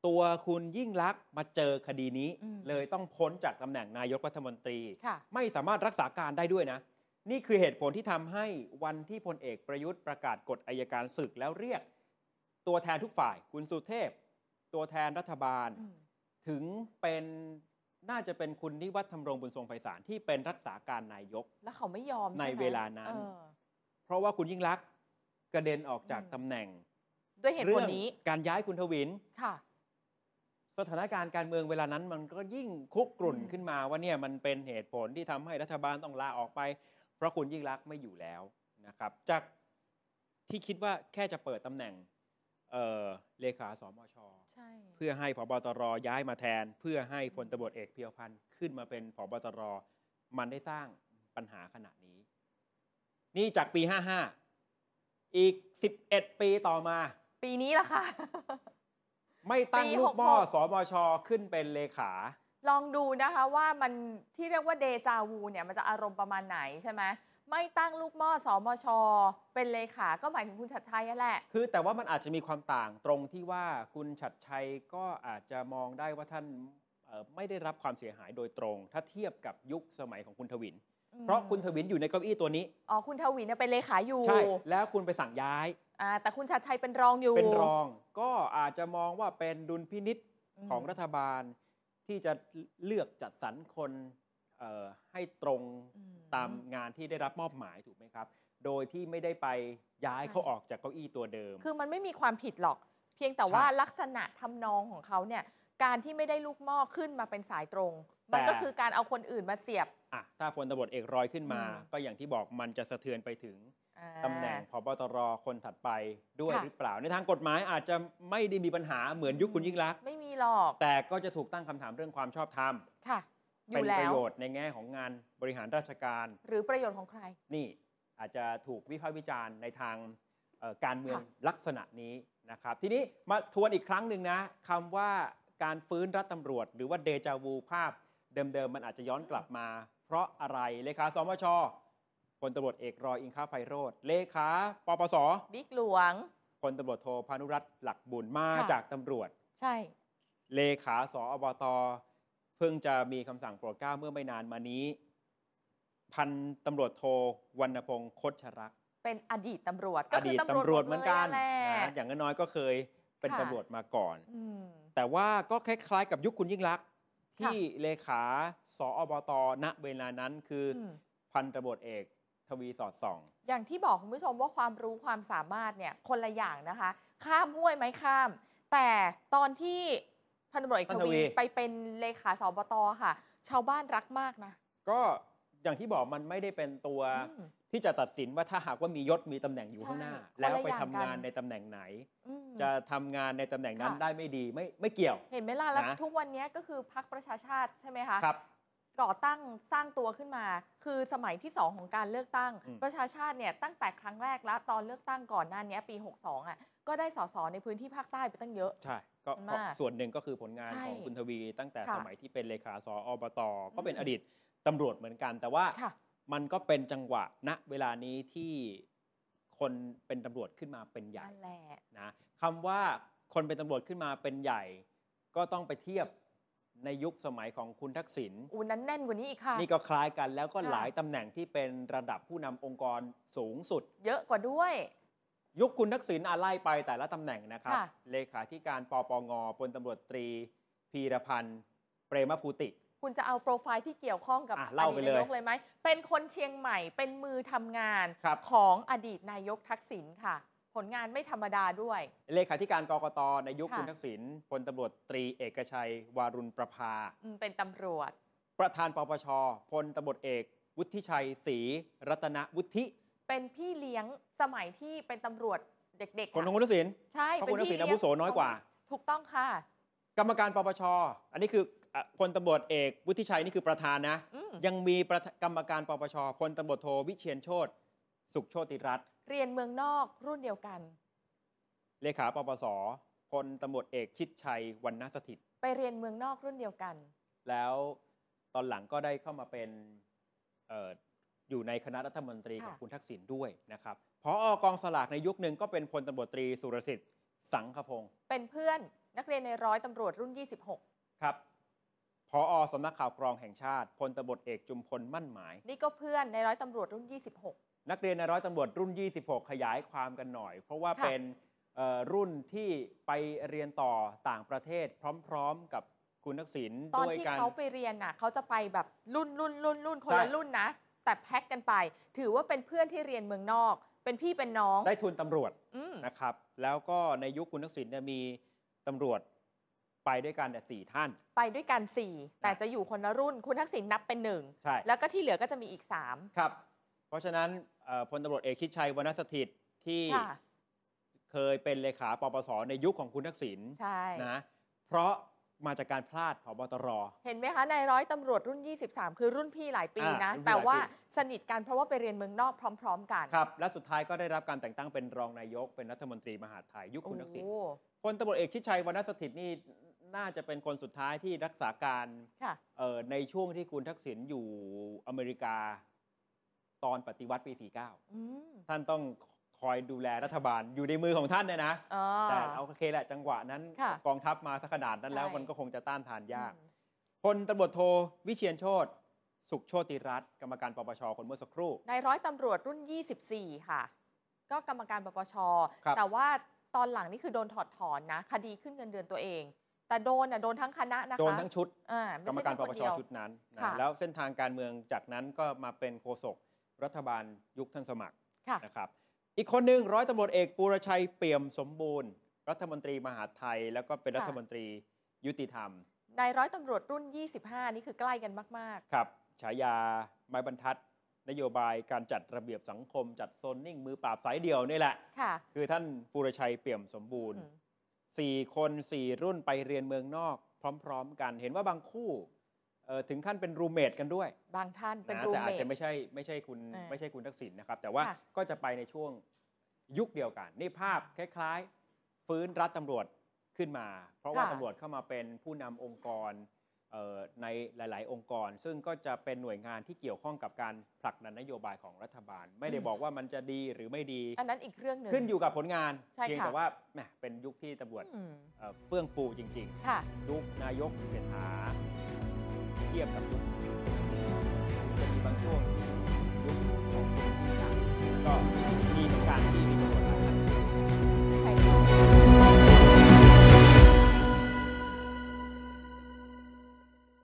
A: ตัวคุณยิ่งลักษณ์มาเจอคดีนี้
B: อืม
A: เลยต้องพ้นจากตำแหน่งนายกรัฐมนตรี
B: ค่ะ
A: ไม่สามารถรักษาการได้ด้วยนะ นี่คือเหตุผลที่ทำให้วันที่พลเอกประยุทธ์ประกาศกฎอายการศึกแล้วเรียก ตัวแทนทุกฝ่าย คุณสุเทพ ตัวแทนรัฐบาล
B: อืม
A: ถึงเป็นน่าจะเป็นคุณนิวัฒน์ธรรมรงบุญทรงไพศาลที่เป็นรักษาการนายก
B: แล้วเขาไม่ยอม
A: ใน
B: ช่ไหม
A: เวลานั้น
B: ออ
A: เพราะว่าคุณยิ่งลักษณ์กระเด็นออกจาก
B: อืม
A: ตำแหน่ง
B: ด้วยเหตุผลนี้
A: การย้ายคุณทวิน
B: ค่ะ
A: สถานการณ์การเมืองเวลานั้นมันก็ยิ่งคุกกรุ่น
B: อืม
A: ขึ้นมาว่าเนี่ยมันเป็นเหตุผลที่ทำให้รัฐบาลต้องลาออกไป เพราะคุณยิ่งรักษณ์ไม่อยู่แล้วนะครับ จากที่คิดว่าแค่จะเปิดตำแหน่งเอ่อเลขาสมช
B: ใช่
A: เพื่อให้ผบตรย้ายมาแทน เพื่อให้พลตบเอกเพียวพันธ์ขึ้นมาเป็นผบตรมันได้สร้างปัญหาขณะนี้ นี่จากปี 55 อีก 11 ปีต่อมา
B: ปีนี้ล่ะค่ะ (laughs)
A: ไม่ตั้ง
B: ปี
A: ลูกหม้อ
B: หกหก
A: สมช ขึ้นเป็นเลขา
B: ลองดูนะคะว่ามันที่เรียกว่าเดจาวูเนี่ยมันจะอารมณ์ประมาณไหนใช่ไหมไม่ตั้งลูกหม้อสมช เป็นเลขา ก็หมายถึงคุณชัดชัยนั่นแหละ
A: คือแต่ว่ามันอาจจะมีความต่างตรงที่ว่าคุณชัดชัยก็อาจจะมองได้ว่าท่านเอ่อไม่ได้รับความเสียหายโดยตรง ถ้าเทียบกับยุคสมัยของคุณทวิน เพราะคุณทวินอยู่ในเก้าอี้ตัวนี้
B: อ๋อ คุณทวินเนี่ยเป็นเลขาอยู่
A: ใช่ แล้วคุณไปสั่งย้าย
B: อ่าแต่คุณชัดชัยเป็นรองอยู่
A: เป็นรองก็อาจจะมองว่าเป็นดุลพินิษ
B: ม
A: ของรัฐบาลที่จะเลือกจัดสรรคนเอ่อให้ตรง
B: อื
A: ตามงานที่ได้รับมอบหมายถูกไหมครับ โดยที่ไม่ได้ไปย้าย
B: ใช่
A: เขาออกจากเก้าอี้ตัวเดิม
B: คือมันไม่มีความผิดหรอก เพียงแต่ว่า
A: ใช่
B: ลักษณะทำนองของเขาเนี่ย การที่ไม่ได้ลูกหม้อขึ้นมาเป็นสายตรง มัน
A: แต่
B: ก็คือการเอาคนอื่นมาเสียบ
A: อ่ะถ้าพลตำรวจเอกรอยขึ้นมา
B: อืม
A: ก็อย่างที่บอกมันจะสะเทือนไปถึง
B: อ่า
A: ตำแหน่งพบตรคนถัดไปด้วย
B: ค่ะ
A: หรือเปล่า ในทางกฎหมายอาจจะไม่ได้มีปัญหาเหมือนยุคคุณยิ่งลักษณ์
B: ไม่มีหรอก
A: แต่ก็จะถูกตั้งคำถามเรื่องความชอบธรรม
B: ค่ะ อ
A: เป็
B: ยู่
A: น
B: แล้
A: ประ
B: ว
A: โยชน์ในแง่ของงานบริหารราชการ
B: หรือประโยชน์ของใคร
A: นี่อาจจะถูกวิพากษ์วิจารณ์ในทางเอ่อการเมือง
B: ค่ะ
A: ลักษณะนี้นะครับ ทีนี้มาทวนอีกครั้งหนึ่งนะคำว่าการฟื้นรัฐตำรวจ หรือว่าเดจาวูภาพเดิมๆ มันอาจจะย้อนกลับมา เพราะอะไรเลขาสมชพลตำรวจเอกรอยอิงค้าไพโรธเลขาปปส
B: บิ๊กหลวง
A: พลตำรวจโทพานุรัตน์หลักบุญมา
B: ค่ะ
A: จากตำรวจ
B: ใช่
A: เลขาสอบต เพิ่งจะมีคำสั่งโปรดเกล้าเมื่อไม่นานมานี้ พันตำรวจโทวรรณพงศ์คดชรักษ์
B: เป็นอดีตตำรวจ
A: อ
B: ก็คื
A: ดีตตำรวจเหมือนกัน
B: ตำรวจหมดเลยแหละ
A: นะอย่างน้อยๆก็เคยเป็น
B: ค่ะ
A: ตำรวจมาก่อน
B: อืม
A: แต่ว่าก็คล้ายๆกับยุคคุณยิ่งลักษณ์
B: ค่ะ
A: ที่เลขาสอบต ณ เวลานั้นคืออ
B: ม
A: พันตำรวจเอกทวีสอดส่อง
B: อย่างที่บอกคุณผู้ชมว่าความรู้ความสามารถเนี่ยคนละอย่างนะคะ ข้ามห้วยไหมข้าม แต่ตอนที่พันตำรวจเอก
A: พั
B: ท
A: นทวี
B: วีไปเป็นเลขาสบตค่ะ ชาวบ้านรักมากนะ
A: ก็อย่างที่บอกมันไม่ได้เป็นตัว
B: อืม
A: ที่จะตัดสินว่าถ้าหากว่ามียศมีตำแหน่งอยู่ข้างหน้า
B: ใช่คนละ
A: แล้วไป
B: อย่าง
A: ทำงา
B: กัน น
A: ในตำแหน่งไหน
B: อืม
A: จะทำงานในตำแหน่งนั้น
B: ค่ะ
A: ได้ไม่ดีไม่ไม่เกี่ยว
B: เห็นไหมล่ะแล้ว
A: นะ
B: ทุกวันเนี้ยก็คือพักประชาชาติใช่ไหมคะ
A: ครับ
B: ก่อตั้งสร้างตัวขึ้นมา คือสมัยที่ 2 ของการเลือกตั้ง
A: อืม
B: ประชาชาติเนี่ยตั้งแต่ครั้งแรกและตอนเลือกตั้งก่อนหน้านี้ปี 62อ่ะก็ได้สสในพื้นที่ภาคใต้ไปตั้งเยอะ
A: ใช่ก็ก็
B: มาก
A: ส่วนหนึ่งก็คือผลงาน
B: ใช่
A: ของคุณทวี ตั้งแต่
B: ค่ะ
A: สมัยที่เป็นเลขาสออบต ก็เป็น
B: อืม
A: อดีตตำรวจเหมือนกัน แต่ว่า
B: ค่ะ
A: มันก็เป็นจังหวะณเวลานี้ที่คนเป็นตำรวจขึ้นมาเป็นใหญ่
B: นั่นแหละ
A: นะคำว่าคนเป็นตำรวจขึ้นมาเป็นใหญ่ ก็ต้องไปเทียบในยุคสมัยของคุณทักษิณ
B: อูนั้นแน่นกว่านี้อีกค่ะ
A: นี่ก็คล้ายกันแล้วก็
B: ค่ะ
A: หลายตำแหน่งที่เป็นระดับผู้นำองค์กรสูงสุด
B: เยอะกว่าด้วย
A: ยุคคุณทักษิณอาไล่ไปแต่ละตำแหน่งนะครับ
B: ค่ะ
A: เลขาธิการปปงพลตำรวจตรี พีรพันธ์ เปรมภูติ
B: คุณจะเอาโปรไฟล์ที่เกี่ยวข้องกับ
A: อ่ะเล่า
B: อ
A: ไป
B: ดีต
A: เลย
B: นายกเลยไหม เป็นคนเชียงใหม่ เป็นมือทำงาน
A: ครับ
B: ของอดีตนายกทักษิณค่ะ ผลงานไม่ธรรมดาด้วย
A: เลขาธิการกกตในยุค
B: ค่ะ
A: คุณทักษิณพลตำรวจตรีเอกชัย วารุณประภา
B: อืมเป็นตำรวจ
A: ประธานปปชพลตำรวจเอก วุฒิชัยศรีรัตนวุฒิ
B: เป็นพี่เลี้ยงสมัยที่เป็นตำรวจเด็กๆ
A: คนของ
B: อะ
A: คุณทักษิณ
B: ใช่
A: เพราะคุณทักษิณ
B: ป็
A: อา
B: พี่
A: วุ
B: เลี้ยง
A: โสน้อยกว่า
B: ถูกต้องค่ะ
A: กรรมการปปช อันนี้คืออ่ะพลตำรวจเอกวุฒิชัยนี่คือประธานนะ
B: อืม
A: ยังมีประธกรรมการปปชพลตำรวจโทวิเชียนโชตสุขโชติรัตน์
B: เรียนเมืองนอกรุ่นเดียวกัน
A: เลขาปปสพลตำรวจเอกชิดชัยวันนสถิตย์
B: ไปเรียนเมืองนอกรุ่นเดียวกัน
A: แล้วตอนหลังก็ได้เข้ามาเป็นเอออยู่ในคณะรัฐมนตรี
B: ค่ะ
A: กับคุณทักษิณด้วยนะครับพออกองสลากในยุคหนึ่งก็เป็นพลตำรวจตรีสุรสิทธิ์สังคพงศ์
B: เป็นเพื่อนนักเรียนในร้อยตำรวจรุ่น 26
A: ครับพออสำนักข่าวกรองแห่งชาติพลตำรวจเอกจุมพลมั่นหมาย
B: นี่ก็เพื่อนในร้อยตำรวจรุ่น 26
A: นักเรียนในร้อยตำรวจรุ่น 26 ขยายความกันหน่อย เพราะว่า
B: ค่ะ
A: เป็นเอ่อรุ่นที่ไปเรียนต่อต่างประเทศ พร้อมๆกับคุณทักษิณ
B: ตอน
A: ด้วย
B: ที่
A: กัน
B: เขาไปเรียนน่ะเขาจะไปแบบรุ่นรุ่นรุ่นรุ่นคน
A: ใช่
B: ละรุ่นนะ แต่แพ็กกันไป ถือว่าเป็นเพื่อนที่เรียนเมืองนอก เป็นพี่เป็นน้อง
A: ได้ทุนตำรวจ
B: อืม
A: นะครับ แล้วก็ในยุคคุณทักษิณเนี่ยมีตำรวจไปด้วยกันเนี่ยสี่ท่าน
B: ไปด้วยกัน 4 แต่จะอยู่คนละรุ่น คุณทักษิณนับเป็นหนึ่ง
A: ใช่
B: แล้วก็ที่เหลือก็จะมีอีก
A: ค
B: 3
A: รับ เพราะฉะนั้นเอ่อพลตำรวจเอกชิดชัยวรรณสถิตย์ที่
B: ค่ะ
A: เคยเป็นเลขาปปสในยุคของคุณทักษิณ
B: ใช่
A: นะเพราะมาจากการพลาดผอบตร
B: เห็นไหมคะในร้อยตำรวจรุ่น 23 คือรุ่นพี่หลายปี
A: อ่า
B: นะ
A: รุ่นพี่หลายปี
B: แต่ว่าสนิทกันเพราะว่าไปเรียนเมืองนอกพร้อม ๆ กัน
A: ครับ และสุดท้ายก็ได้รับการแต่งตั้งเป็นรองนายก เป็นรัฐมนตรีมหาดไทยยุค
B: โอ้
A: คุณทักษิณ
B: โห
A: พลตำรวจเอกชิดชัยวรรณสถิตย์นี่น่าจะเป็นคนสุดท้ายที่รักษาการ
B: ค่ะ
A: เอ่อในช่วงที่คุณทักษิณอยู่อเมริกา ตอนปฏิวัติปี
B: อืม
A: 49 ท่านต้องคอยดูแลรัฐบาลอยู่ในมือของท่านเนี่ยนะ
B: อ๋อ
A: แต่เอาโอเคแหละจังหวะนั้น
B: ค่ะ
A: กองทัพมาสักขนาดนั้นแล้ว
B: ใช่
A: มันก็คงจะต้านทานยาก
B: อืม
A: พลตำรวจโทวิเชียนโชตสุขโชติรัตน์กรรมการปปชคนเมื่อสักครู่
B: ในร้อยตำรวจรุ่น 24 ค่ะ ก็กรรมการปปช
A: ครับ
B: แต่ว่าตอนหลังนี่คือโดนถอดถอนนะ คดีขึ้นเงินเดือนตัวเอง แต่โดนอ่ะโดนทั้งคณะนะคะ
A: โดนทั้งชุด
B: อ่าก
A: ร
B: ไใช่
A: รมการปป
B: แค่ค
A: ช
B: นเดียว
A: ชุดนั้นนะ
B: ค่ะ
A: แล้วเส้นทางการเมืองจากนั้นก็มาเป็นโฆษกรัฐบาลยุคท่านสมัคร
B: ค่ะ
A: นะครับ อีกคนหนึ่งร้อยตำรวจเอกปูรชัยเปี่ยมสมบูรณ์ รัฐมนตรีมหาดไทย แล้วก็เป็น
B: ค่ะ
A: รัฐมนตรียุติธรรม
B: ในร้อยตำรวจรุ่น 25 นี่คือใกล้กันมาก
A: ครับฉายาไม้บรรทัด นโยบายการจัดระเบียบสังคม จัดโซนนิ่ง มือปราบสายเดี่ยวนี่แหละ
B: ๆ ค่ะ
A: คือท่านปูรชัยเปี่ยมสมบูรณ์
B: อืม
A: สี่คนสี่รุ่นไปเรียนเมืองนอก พร้อม ๆ กันเห็นว่าบางคู่เอ่อถึงขั้นเป็นรูเมทกันด้วย
B: บางท่านเป็น
A: นะ
B: รู
A: แต่
B: เม
A: อาจจะ
B: ท
A: ไม่ใช่ไม่ใช่คุณ
B: เออ
A: ไม่ใช่คุณทักษิณนะครับ แต่ว่า
B: ค่ะ
A: ก็จะไปในช่วงยุคเดียวกัน นี่ภาพคล้าย ๆ ฟื้นรัฐตำรวจขึ้นมา เพราะว่าตำรวจเข้ามาเป็นผู้นำองค์กรเอ่อในหลาย ๆ องค์กร ซึ่งก็จะเป็นหน่วยงานที่เกี่ยวข้องกับการผลักดันนโยบายของรัฐบาล ไม่ได้บอกว่ามันจะดีหรือไม่ดี
B: อันนั้นอีกเรื่องหนึ่ง
A: ขึ้นอยู่กับผลงาน
B: ใช่
A: เพียง
B: ค่ะ
A: แต่ว่าแหมเป็นยุคที่ตำรวจ
B: อืม
A: เอ่อเฟื่องฟูจริง
B: ค่ะ
A: ๆ ยุคนายกเศรษฐา เทียบกับยุคยุคทักษิณจะมีบางช่วงที่ยุคของคนที่ต่างก็มีเหมือนการที่มีตำรวจ